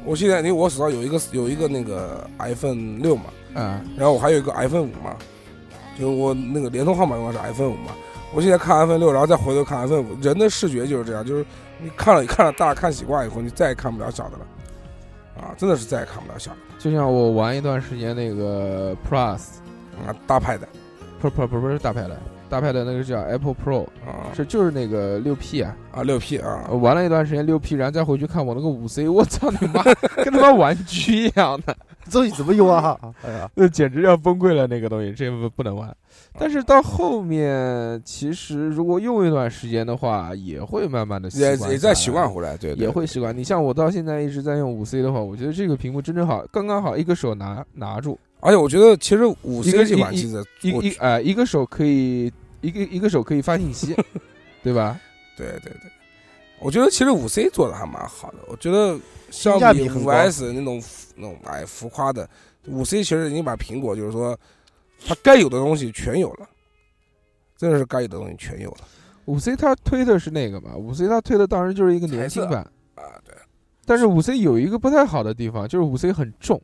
E: 我现在因为我手上有一个有一个那个 iPhone 六嘛，
A: 啊、
E: 然后我还有一个 iPhone 五嘛，就我那个联通号码用的是 iPhone 五嘛。我现在看 iPhone 六，然后再回头看 iPhone 五，人的视觉就是这样，就是你看了看了大看习惯以后，你再也看不了小的了，啊，真的是再也看不了小的
A: 就像我玩一段时间那个 Plus，
E: 啊，大派的
A: 不不不不是大牌的，大牌的那个叫 Apple Pro，
E: 啊
A: 是就是那个六 P 啊，
E: 啊六 P 啊
A: 我，玩了一段时间六 P，然后再回去看我那个五 C，我操你妈， 跟他妈玩具一样的。
J: 这怎么用啊？哎呀，
A: 那简直要崩溃了，那个东西这不不能
E: 啊
A: 玩。但是到后面，其实如果用一段时间的话，也会慢慢的习
E: 也
A: 惯下来
E: 也在习惯，回来，对对
A: 也会习惯。你像我到现在一直在用五 C 的话，我觉得这个屏幕真正好，刚刚好一个手拿拿住，
E: 而且我觉得其实五
A: 一
E: C
A: 个
E: 这款
A: 一
E: 机子，
A: 一
E: 我
A: 一呃一个手可以一个一个手可以发 信息，对吧？
E: 对对对，我觉得其实五 C 做的还蛮好的，我觉得相
J: 性价比
E: 比
J: 很
E: 五
J: 高
E: S 那种浮那种哎浮夸的，五 C 其实已经把苹果就是说它该有的东西全有了，真的是该有的东西全有了
A: 五 C 它推的是那个嘛，五 C 它推的当时就是一个年轻版，
E: 啊！对，
A: 但是五 C 有一个不太好的地方，就是五 C 很重。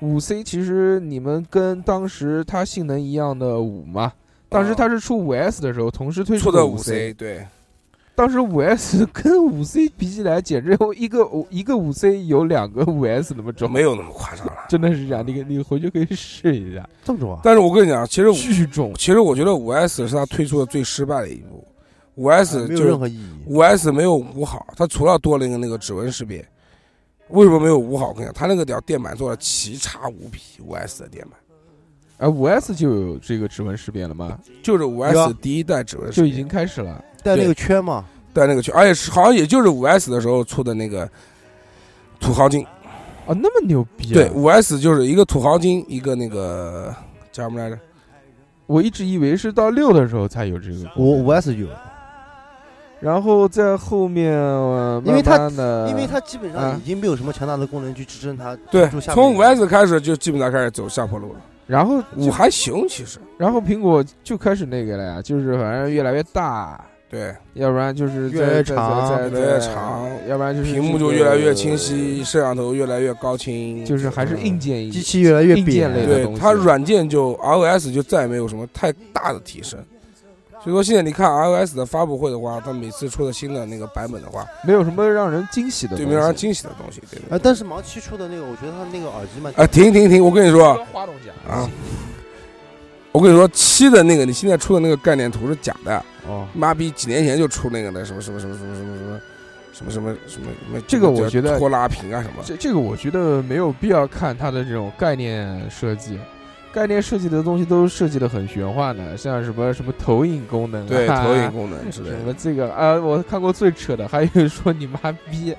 A: 五 C 其实你们跟当时它性能一样的五嘛，当时它是出五 S 的时候，同时推
E: 啊出
A: 出
E: 的
A: 五
E: 五 C，对
A: 当时五 S 跟五 C 比起来，简直有一个一个五 C 有两个五 S 那么重，
E: 没有那么夸张了。
A: 真的是这样。你可你回去可以试一下，
J: 这么重啊？
E: 但是我跟你讲，其实五
A: 巨重。
E: 其实我觉得五 S 是它推出的最失败的一步，五 S
J: 啊没
E: 就
J: 有
E: 是
J: 任何意义。
E: 五 S 没有五好，它除了多了一个那个指纹识别，为什么没有五好？我跟你讲，它那个屌电板做的奇差无比，五 S 的电板
A: 哎，五 S 就有这个指纹识别了吗？
E: 就是五
J: 有
E: S
J: 啊
E: 第一代指纹识
A: 就
E: 别，
A: 已经开始了。
J: 带那
E: 对
J: 个圈嘛，
E: 带那个去，而且是好像也就是五 S 的时候出的那个土豪金，
A: 哦，那么牛逼、啊！
E: 对，五 S 就是一个土豪金，一个那个叫什么来着？
A: 我一直以为是到六的时候才有这个
J: 我五 S 有，
A: 然后在后面，呃、
J: 因为它
A: 的，
J: 因为它基本
A: 啊
J: 上已经没有什么强大的功能去支撑它。
E: 对
J: 就，下面
E: 从五 S 开始就基本上开始走下坡路了。
A: 然后
E: 五还行，其实
A: 然后苹果就开始那个了呀，就是反正越来越大，
E: 对，
A: 要不然就是
J: 越来越长
A: 在在
E: 越来越
A: 在
E: 长
A: 要不然就是
E: 屏幕
A: 这
E: 就
A: 个
E: 越来越清，晰，摄像头越来越高清，
A: 就是还是硬件一
J: 机器越来越
A: 硬件
J: 扁
A: 类的
E: 对
A: 东西
E: 它软件就 iOS 就再也没有什么太大的提升。所以说现在你看 iOS 的发布会的话，它每次出的新的那个版本的话，
A: 没有什么让人惊喜的东西，
E: 对没有让人惊喜的东西，对不对？
J: 啊，但是盲区出的那个，我觉得它那个耳机嘛，
E: 啊，停停停！我跟你说
A: 话筒夹
E: 啊，我跟你说，七的那个你现在出的那个概念图是假的，
J: 哦，
E: 妈逼，几年前就出那个了，什么什么什么什么什么什么什么什么什么什么，
A: 这个我觉得
E: 拖拉屏啊什么，
A: 这这个我觉得没有必要看它的这种概念设计，概念设计的东西都设计的很玄幻的，像什么什么投影功能、啊，
E: 对投影功能之类
A: 什
E: 的，
A: 么这个啊，我看过最扯的，还有说你妈逼，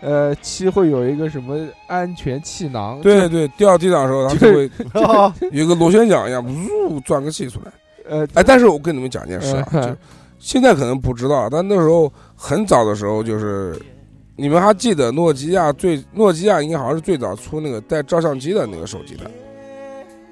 A: 呃，七会有一个什么安全气囊，
E: 对对，掉地上的时候它就会
J: 哦
E: 有一个螺旋桨一样，呜转个气出来。
A: 呃，
E: 哎，但是我跟你们讲一件事啊，
A: 嗯
E: 就现在可能不知道，啊但那时候很早的时候，就是你们还记得诺基亚最诺基亚应该好像是最早出那个带照相机的那个手机的，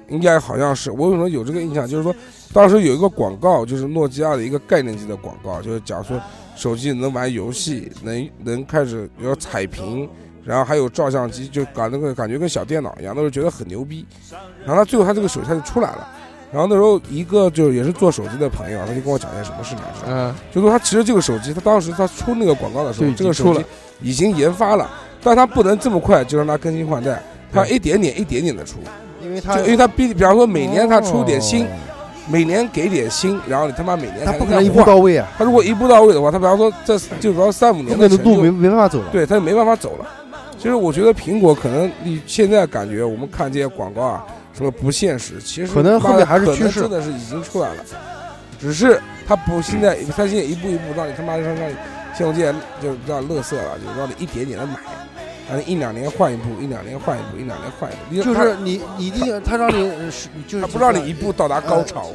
E: 应该好像是。我为什么有这个印象？就是说当时有一个广告，就是诺基亚的一个概念机的广告，就是讲
A: 啊
E: 说手机能玩游戏，能能开始有彩屏。然后还有照相机，就搞那个感觉跟小电脑一样，那时候觉得很牛逼。然后他最后他这个手机他就出来了，然后那时候一个就是也是做手机的朋友，他就跟我讲一件什么事情啊，
A: 嗯、
E: 就说他其实这个手机，他当时他出那个广告的时
A: 就
E: 候
A: 已，经
E: 这个
A: 出
E: 手
A: 了
E: 机已经研发了，但他不能这么快就让它更新换代，他一点点一点点的出，
J: 因为它
E: 就因为他比比方说每年他出点新
A: 哦，
E: 每年给点新，然后你他妈每年
J: 它
E: 才
J: 不可能一
E: 再
J: 步
E: 换
J: 到位啊，
E: 他如果一步到位的话，他比方说这就比方说三五
J: 那
E: 年
J: 个
E: 的成
J: 路没
E: 就，
J: 没办法走了。
E: 对，他就没办法走了。其实我觉得苹果可能你现在感觉我们看这些广告啊，什么不现实，其实
J: 可能
E: 妈的
J: 后面还是
E: 可能
J: 趋势
E: 真的是已经出来了，只是它不现在它现在一步一步让你他妈让让你像我这样就让乐色了，就让你一点点的买，让你一两年换一步，一两年换一步，一两年换一步，你
J: 就是你，你一定他让你呃是，你就是
E: 它不让你一步到达高潮，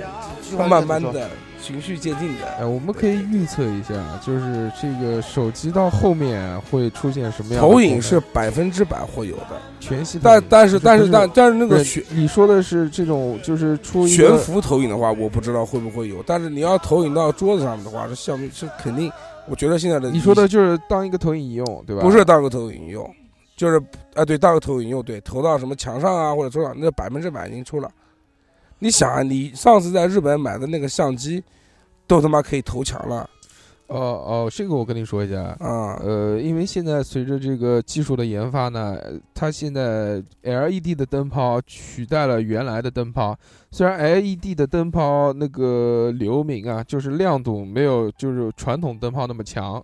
J: 句话
E: 慢慢
J: 跟你说，
E: 的循序渐进的。
A: 哎，我们可以预测一下，就是这个手机到后面会出现什么样的
E: 投影
A: 功能
E: 是百分之百会有的，
A: 全息投
E: 但
A: 影，
E: 但是
A: 不
E: 但是但但是那
A: 不
E: 个
A: 是
E: 悬
A: 你说的是这种，就是出一
E: 悬
A: 个
E: 浮投影的话，我不知道会不会有，但是你要投影到桌子上面的话，这项目是肯定，我觉得现在的
A: 你说的就是当一个投影仪用，对吧？
E: 不是当个投影用，就是啊，对，当个投影用，对，投到什么墙上啊或者桌上，那百分之百已经出了。你想啊，你上次在日本买的那个相机，都他妈可以投墙了
A: 哦哦，这个我跟你说一下，
E: 啊！
A: 呃，因为现在随着这个技术的研发呢，呃它现在 LED 的灯泡取代了原来的灯泡。虽然 LED 的灯泡那个流明啊，就是亮度没有就是传统灯泡那么强，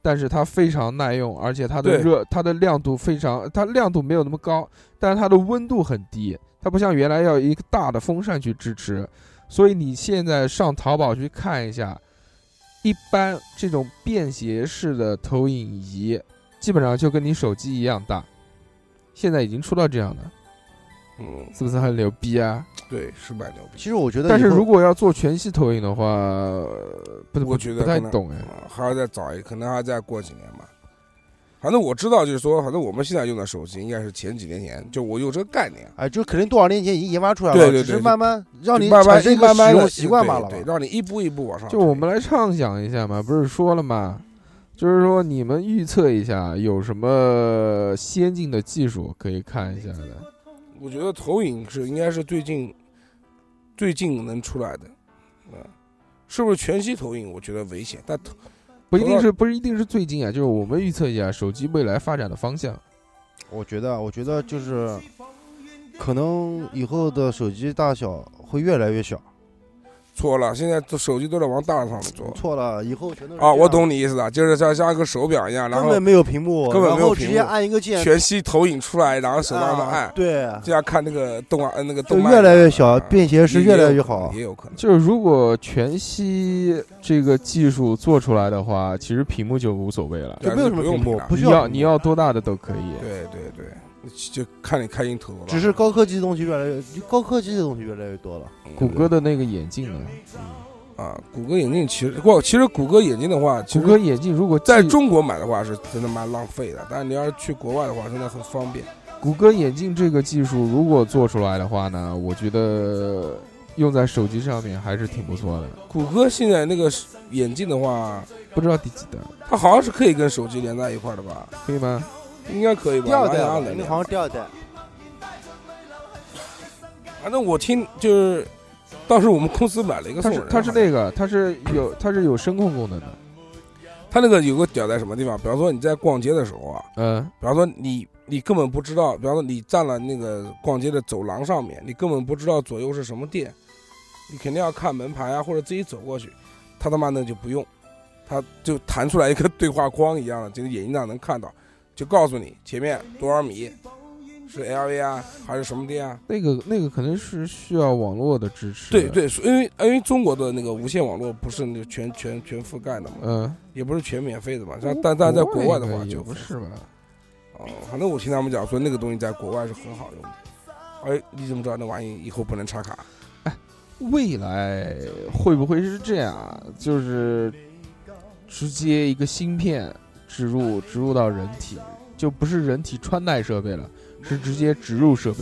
A: 但是它非常耐用，而且它的
E: 对
A: 热它的亮度非常，它亮度没有那么高，但是它的温度很低，它不像原来要一个大的风扇去支持。所以你现在上淘宝去看一下，一般这种便携式的投影仪，基本上就跟你手机一样大。现在已经出到这样的，
E: 嗯，
A: 是不是很牛逼啊？
E: 对，是蛮牛逼。
J: 其实我觉得以后，
A: 但是如果要做全息投影的话，呃不
E: 我觉得
A: 不太
E: 可能
A: 懂哎。
E: 啊还要再早一，可能还要再过几年吧。反正我知道，就是说，反正我们现在用的手机应该是前几年前，就我有这个概念，
J: 哎，就肯定多少年前已经研发出来了，
E: 对对对
J: 只是慢慢让你
E: 就慢慢
J: 产生一个
E: 慢慢
J: 使用
E: 的
J: 习惯罢了
E: 对，
J: 吧。
E: 让你一步一步往上推。
A: 就我们来畅想一下嘛，不是说了嘛，就是说你们预测一下有什么先进的技术可以看一下的。
E: 我觉得投影是应该是最近最近能出来的，啊、是不是全息投影？我觉得危险，但投
A: 不一定是不是一定是最近啊，就是我们预测一下手机未来发展的方向。
J: 我觉得，我觉得就是，可能以后的手机大小会越来越小。
E: 错了，现在这手机都在往大了上面做
J: 错了，以后全都是
E: 啊！
J: 嗯这
E: 我
J: 样，
E: 懂你意思了，就是像像一个手表一样，然
J: 根
E: 后
J: 本没有屏幕，
E: 根本没有
J: 然后
E: 屏
J: 直
E: 幕
J: 接按一个键，
E: 全息投影出来，然后手上的
J: 啊
E: 按，
J: 对，
E: 这样看那个动画，呃，那个
J: 就
E: 动漫
J: 越来越小，
E: 啊
J: 便携式
E: 也
J: 越来
E: 有
J: 越
E: 可能
J: 好。
E: 也有可能。
A: 就是如果全息这个技术做出来的话，其实屏幕就无所谓了，
E: 对
J: 就没有什么
E: 不用
J: 屏幕
E: 屏，了
J: 不
A: 你
J: 需
A: 要
J: 要
A: 你要多大的都可以。
E: 对对对，就看你开心头了。
J: 只是高科技的东西越来越，高科技的东西越来越多了。
A: 谷歌的那个眼镜呢？
E: 啊，谷歌眼镜其实不，其实谷歌眼镜的话，其
A: 谷
E: 实
A: 歌眼镜如果
E: 在
A: 技
E: 中国买的话是真他妈浪费的，但是你要是去国外的话，真的很方便。
A: 谷歌眼镜这个技术如果做出来的话呢，我觉得用在手机上面还是挺不错的。
E: 谷歌现在那个眼镜的话，
A: 不知道第几代，
E: 它好像是可以跟手机连在一块儿的吧？
A: 可以吗？
E: 应该可以吧？
J: 第二代
E: 蓝牙
J: 吧，
E: 能
J: 那
E: 连
J: 好像第二代。
E: 反正啊我听就是，当时我们公司买了一个
A: 它
E: 送
A: 是
E: 人，
A: 它是那个，它是有它是有声控功能的。
E: 它那个有个屌在什么地方？比方说你在逛街的时候啊，
A: 嗯
E: 比方说你你根本不知道，比方说你站了那个逛街的走廊上面，你根本不知道左右是什么店，你肯定要看门牌啊，或者自己走过去。他他妈那就不用，他就弹出来一个对话框一样的，这个眼睛上能看到，就告诉你前面多少米，是 LV 啊还是什么店啊？
A: 那个那个可能是需要网络的支持。
E: 对，对，因为因为中国的那个无线网络不是那个全全全覆盖的嘛，
A: 嗯，
E: 也不是全免费的嘛，但但但在国外的
A: 应
E: 话
A: 该也
E: 就
A: 不是吧？
E: 哦，反正我听他们讲说那个东西在国外是很好用的。哎，你怎么知道那玩意以后不能插卡？
A: 未来会不会是这样？就是直接一个芯片植入植入到人体，就不是人体穿戴设备了，是直接植入设备。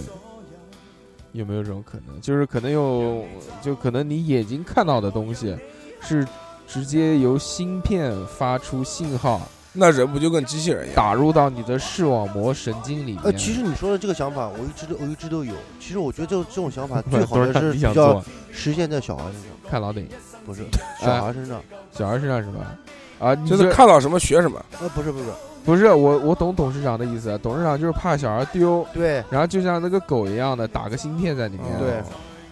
A: 有没有这种可能？就是可能有，就可能你眼睛看到的东西是直接由芯片发出信号，
E: 那人不就跟机器人一样？
A: 打入到你的视网膜神经里面。
J: 呃，其实你说的这个想法，我一直都我一直都有。其实我觉得这种这种 想法最好
A: 都是
J: 的
A: 看
J: 是
A: 理
J: 比
A: 想
J: 较
A: 做，
J: 实现在小孩身上，
A: 看老顶，
J: 不是呃
A: 哎
J: 小孩身上。
A: 小孩身上是吧？啊，
J: 嗯
A: 你
E: 就
A: 这
E: 是看到什么学什么。
J: 呃，不是不是，
A: 不是我，我懂董事长的意思。董事长就是怕小孩丢，
J: 对
A: 然后就像那个狗一样的打个芯片在里面，
J: 嗯对，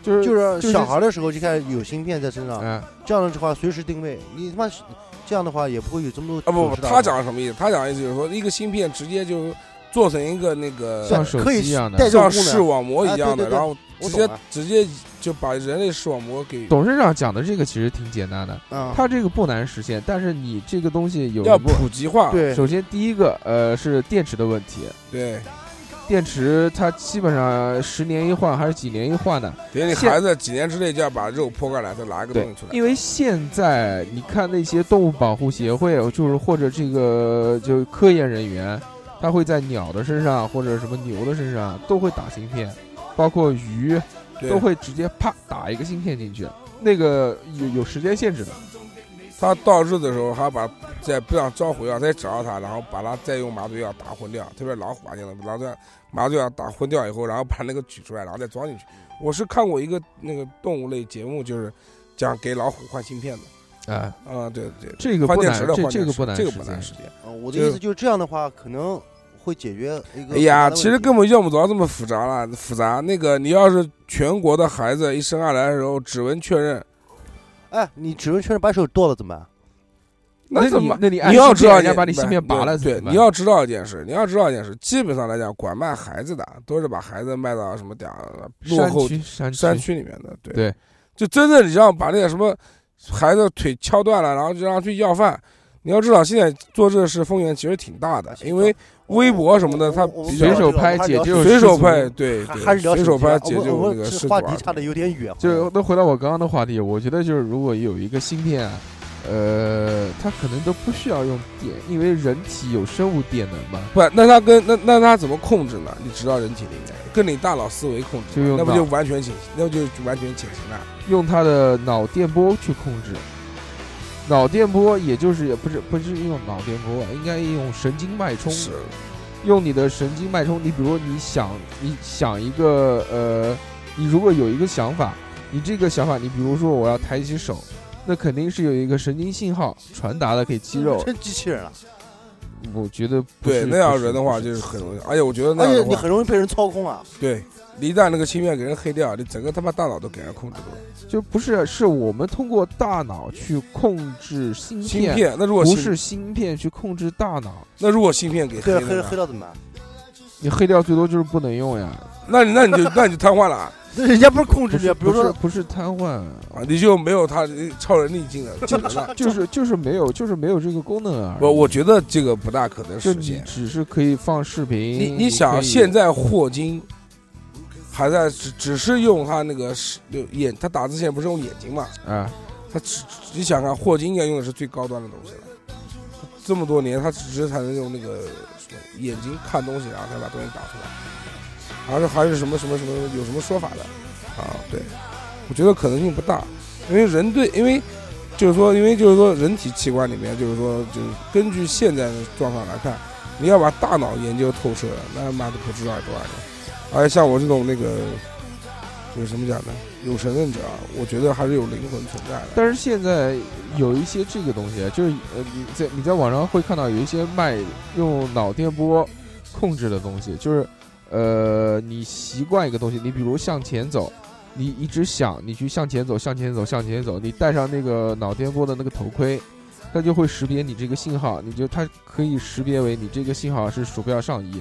A: 就是就
J: 就是
A: 是
J: 小孩的时候就开始有芯片在身上，
A: 嗯，
J: 这样的话随时定位。你他妈是这样的话也不会有这么多
E: 啊不
J: 组
E: 不，
J: 织打
E: 他
J: 扰
E: 讲的什么意思？他讲的意思就是说，一个芯片直接就做成一个那个
A: 像
J: 对
A: 手
J: 可以
A: 机一样的
J: 带这
E: 像
J: 种功
E: 视
J: 能。
E: 网膜一样的，
J: 哎对对对
E: 然后
J: 我
E: 直
J: 懂
E: 接
J: 了
E: 直接就把人类视网膜给
A: 董事长讲的这个其实挺简单的，
J: 啊，
A: 他这个不难实现，但是你这个东西有
E: 要
A: 一部
E: 普及化。
J: 对
A: 首先第一个呃是电池的问题，
E: 对，
A: 电池它基本上十年一换还是几年一换的，
E: 给你
A: 现
E: 孩子几年之内就要把肉剖开来，再拿一个东西出来。
A: 因为现在你看那些动物保护协会，就是或者这个就科研人员，他会在鸟的身上或者什么牛的身上都会打芯片，包括鱼
E: 对
A: 都会直接啪打一个芯片进去，那个有有时间限制的。
E: 他到日子的时候，还把在不想招回啊，再找到他，然后把他再用麻醉药打昏掉，特别老虎啊，现在麻醉药麻醉药打昏掉以后，然后把那个取出来，然后再装进去。我是看过一个那个动物类节目，就是讲给老虎换芯片的
A: 啊，
E: 啊、对对对，
A: 这个
E: 换
A: 不
E: 电
A: 难
E: 池的，
A: 这
E: 换
A: 这
E: 电
A: 个
E: 池
A: 不难，
E: 这个不难实。现。
J: 呃我的
E: 就
J: 意
E: 是
J: 思就是这样的话，可能会解决一个。
E: 哎呀，其实根本用不着这么复杂了，复杂。那个你要是全国的孩子一生下来的时候指纹确认，
J: 哎，你指纹确认把手剁了怎么办？
A: 那
E: 怎
A: 你
E: 么？
A: 那你按
E: 你要
A: 芯
E: 知
A: 片
E: 道一
A: 人
E: 件，
A: 家把你芯片
E: 不
A: 拔了，
E: 对，你要知道一件事，你要知道一件事，基本上来讲，管卖孩子的啊都是把孩子卖到什么点儿落
A: 山
E: 后
A: 区山
E: 山
A: 区
E: 区里面的，对
A: 对，
E: 就真正你让把那个什么孩子腿敲断了，然后就让他去要饭。你要知道，现在做这事风险其实挺大的，因为微博什么的，他
J: 我
E: 比
A: 随
E: 较
A: 手拍解救
E: 随手
A: 失
E: 拍，
A: 足
E: 对，
J: 还
E: 对
J: 还是聊
E: 随
J: 手
E: 手
J: 机啊
E: 拍
J: 我
E: 解救
J: 我
E: 那个
J: 这
E: 失
J: 话
E: 主啊儿
J: 题差的有点远。
A: 就那回到我刚刚的话题，我觉得就是如果有一个芯片啊，呃，它可能都不需要用电，因为人体有生物电能嘛，
E: 不，那他跟那那他怎么控制呢？你知道人体里面跟你大脑思维控制
A: 就
E: 嘛，
A: 用
E: 那不
A: 脑
E: 就完全潜，那不就完全潜行了？
A: 用它的脑电波去控制。脑电波也就是也不是不是用脑电波，应该用神经脉冲，
E: 是，
A: 用你的神经脉冲。你比如你想你想一个呃，你如果有一个想法，你这个想法，你比如说我要抬起手，那肯定是有一个神经信号传达的给肌肉。
J: 真机器人了，啊
A: 我觉得不
E: 对，
A: 是
E: 那样
A: 不是
E: 人的
A: 不
E: 话
A: 是
E: 就是很容易，而且我觉得那
J: 而
E: 样
J: 且
E: 的
J: 你
E: 话，
J: 很容易被人操控啊。
E: 对，你一旦那个芯片给人黑掉，你整个他妈大脑都给人控制住了。
A: 就不是，是我们通过大脑去控制芯片，
E: 芯片，那如果
A: 不
E: 芯
A: 是芯片去控制大脑。
E: 那如果芯片给黑
J: 对，
E: 了
J: 黑
E: 呢，
J: 黑到怎么办？
A: 你黑掉最多就是不能用呀，
E: 那你那你就那你就瘫痪了啊，
J: 那人家不是控
A: 不
J: 制你啊，
A: 是
J: 比如
A: 不是
J: 说
A: 不是瘫痪，
E: 啊你就没有他超人力劲了，技能 了。
A: 就是就是没有就是没有这个功能啊。
E: 我我觉得这个不大可能
A: 就
E: 实
A: 你
E: 现。
A: 只是可以放视频，
E: 你
A: 你
E: 你想
A: 可以
E: 现在霍金还在只只是用他那个是眼，他打字现在不是用眼睛嘛？
A: 啊，
E: 他只你想看霍金应该用的是最高端的东西了，这么多年他只是才能用那个什么眼睛看东西，然后才把东西打出来，还是还是什么什么什么有什么说法的啊？对，我觉得可能性不大，因为人对，因为就是说，因为就是说，人体器官里面就是说，就是根据现在的状况来看，你要把大脑研究透彻，那妈的不知道有多少年。而且像我这种那个，就是怎么讲呢，有神论者，啊，我觉得还是有灵魂存在的。
A: 但是现在有一些这个东西，就是呃，你在你在网上会看到有一些卖用脑电波控制的东西，就是呃，你习惯一个东西，你比如向前走，你一直想你去向前走，向前走，向前走，你戴上那个脑电波的那个头盔，它就会识别你这个信号，你就它可以识别为你这个信号是鼠标上移。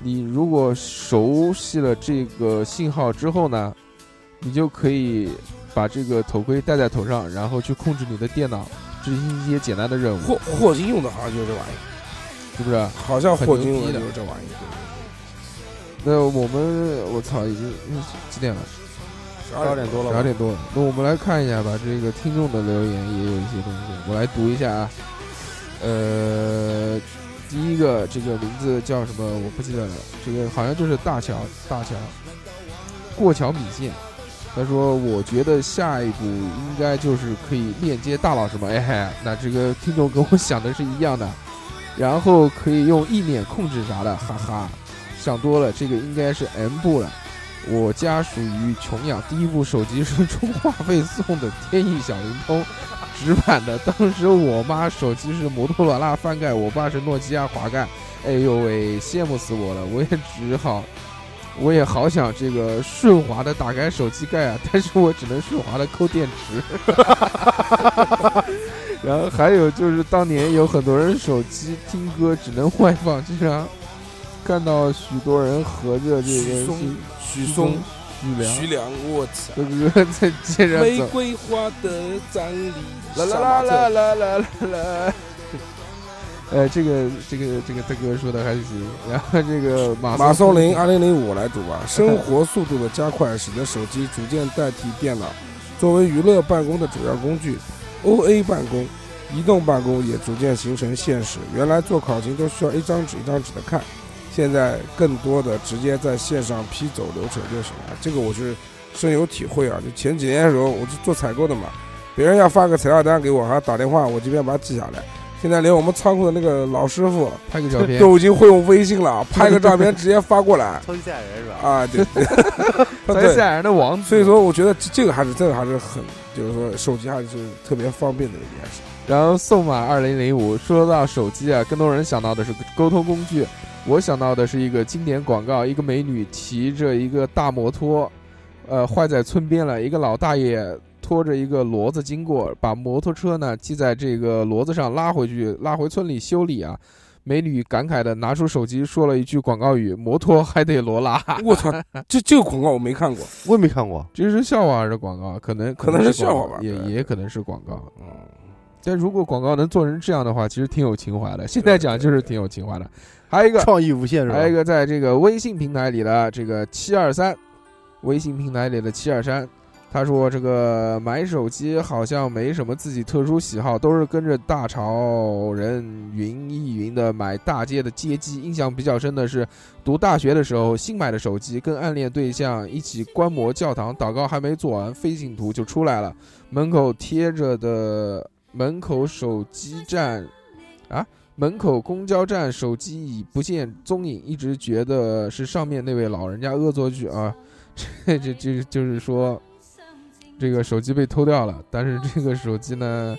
A: 你如果熟悉了这个信号之后呢，你就可以把这个头盔戴在头上，然后去控制你的电脑执行一些简单的任务，
E: 霍霍金用的好像就是这玩意
A: 是不是？
E: 儿，好像霍金用
A: 很牛
E: 的
A: 逼的
E: 就是这玩意儿。
A: 那我们我操，已经嗯几点了？
E: 对
J: 12点多
A: 十
J: 了吧
A: 二点多了。那我们来看一下吧，这个听众的留言也有一些东西，我来读一下啊。呃，第一个这个名字叫什么？我不记得了。这个好像就是大乔，大乔，过桥米线。他说：“我觉得下一步应该就是可以链接大佬什么，哎嗨，那这个听众跟我想的是一样的，然后可以用意念控制啥的，哈哈，想多了，这个应该是 M 部了。我家属于穷养，第一部手机是充话费送的天翼小灵通，直板的。当时我妈手机是摩托罗拉翻盖，我爸是诺基亚滑盖。哎呦喂，羡慕死我了！我也只好， 我也好想这个顺滑的打开手机盖啊，但是我只能顺滑的抠电池。 然后还有就是当年有很多人手机听歌只能外放，经常看到许多人合着这个
E: 许嵩
A: 是
E: 许
A: 许
E: 嵩
A: 嵩、、许良，
E: 徐良，我操！
A: 啊这个在街上
E: 玫
A: 走，
E: 瑰花的葬礼，
A: 啦啦啦啦啦啦啦啦。呃，这个这个这个大哥说的还行，然后这个马
E: 马松林
A: 啊，
E: 二零零五来读吧。生活速度的加快，使得手机逐渐代替电脑作为娱乐办公的主要工具。O A 办公、移动办公也逐渐形成现实。原来做考勤都需要一张纸一张纸的看，现在更多的直接在线上批走流程就行了。这个我是深有体会啊！就前几年的时候，我是做采购的嘛，别人要发个材料单给我，还要打电话，我这边把它记下来。现在连我们仓库的那个老师傅，
A: 拍个照片，
E: 都已经会用微信了，拍个照片直接发过来
J: 超级赛亚人是吧？
E: 啊！对， 对
A: 咱
E: 对，
A: 赛人的王子。
E: 所以，说我觉得这这个还是这个还是很，就是说手机还是特别方便的一件事。
A: 然后宋马二零零五说到手机啊，更多人想到的是沟通工具，我想到的是一个经典广告，一个美女骑着一个大摩托，呃，坏在村边了，一个老大爷拖着一个骡子经过，把摩托车呢系在这个骡子上拉回去，拉回村里修理啊。美女感慨的拿出手机说了一句广告语：“摩托还得罗拉。
E: 我操，这这个广告我没看过，
J: 我也没看过”，
A: 这是笑话还是广告？可能
E: 可能是笑
A: 广告
E: 话吧
A: 也
E: 对
A: 也可能是广告。
E: 嗯，
A: 但如果广告能做成这样的话，其实挺有情怀的。现在讲就是挺有情怀的。还有一个，
J: 创意无限是吧
A: 还有一？个，在这个微信平台里的这个七二三，微信平台里的七二三，他说这个买手机好像没什么自己特殊喜好，都是跟着大潮人云亦云的买大街的街机。印象比较深的是，读大学的时候新买的手机，跟暗恋对象一起观摩教堂，祷告还没做完，飞行图就出来了，门口贴着的门口手机站门口公交站手机已不见踪影，一直觉得是上面那位老人家恶作剧啊。 这这这就是说，这个手机被偷掉了，但是这个手机呢，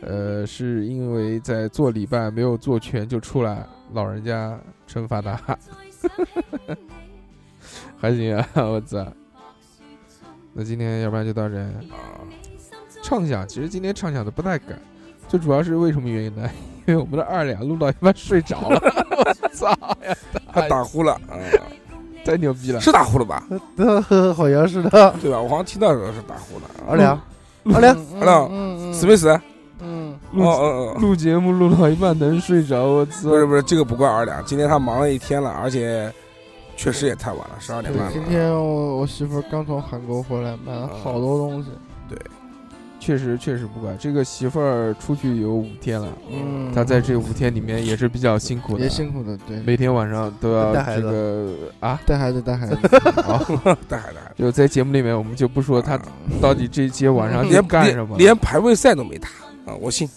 A: 呃，是因为在做礼拜没有做全就出来，老人家惩罚他， 还行啊，我操。那今天要不然就到这儿畅想，其实今天畅想的不太敢，最主要是为什么原因呢？因为我们的二两录到一半睡着了，我操呀！
E: 他打呼了，
A: 啊
E: 嗯，
A: 太牛逼了！
E: 是打呼了吧？
J: 好像是的。
E: 对吧？我好像听到的时候是打呼了。啊
J: 二两，二两，
E: 二亮
C: 嗯
E: 死没死？哦
C: 嗯，
A: 录
E: 哦哦，
A: 录节目录到一半能睡着，我操
E: 不！是不是，这个不怪二两，今天他忙了一天了，而且确实也太晚了，十二点半
C: 对，今
E: 了。
C: 天我我媳妇儿刚从韩国回来，买了好多东西。
E: 对，
A: 确实确实不管。这个媳妇儿出去有五天了，
C: 嗯
A: 她在这五天里面也是比较辛苦的
C: 也，辛苦的，对，
A: 每天晚上都要
J: 带孩
A: 这
J: 子
A: 个啊，
C: 带孩子带孩子，
E: 带孩子带孩子，
A: 就在节目里面我们就不说她到底这些晚上就
E: 啊连
A: 干什
E: 连
A: 么了。
E: 连排位赛都没打啊！我信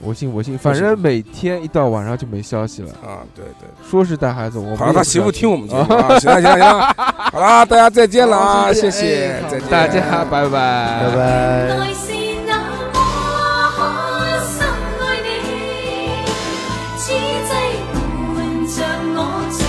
A: 我信我信，反正每天一到晚上就没消息了。
E: 啊，对对，
A: 说是带孩子，我们
E: 好像他
A: 也不
E: 媳妇
A: 相信
E: 听我们节目啊，行了行了行了，好啦，大家再见了啊，
C: 好再
E: 谢
C: 见
E: 谢
C: 哎，好
E: 再见，
A: 大家拜拜
J: 拜拜。
B: 原来是那么深爱你，此际伴着我。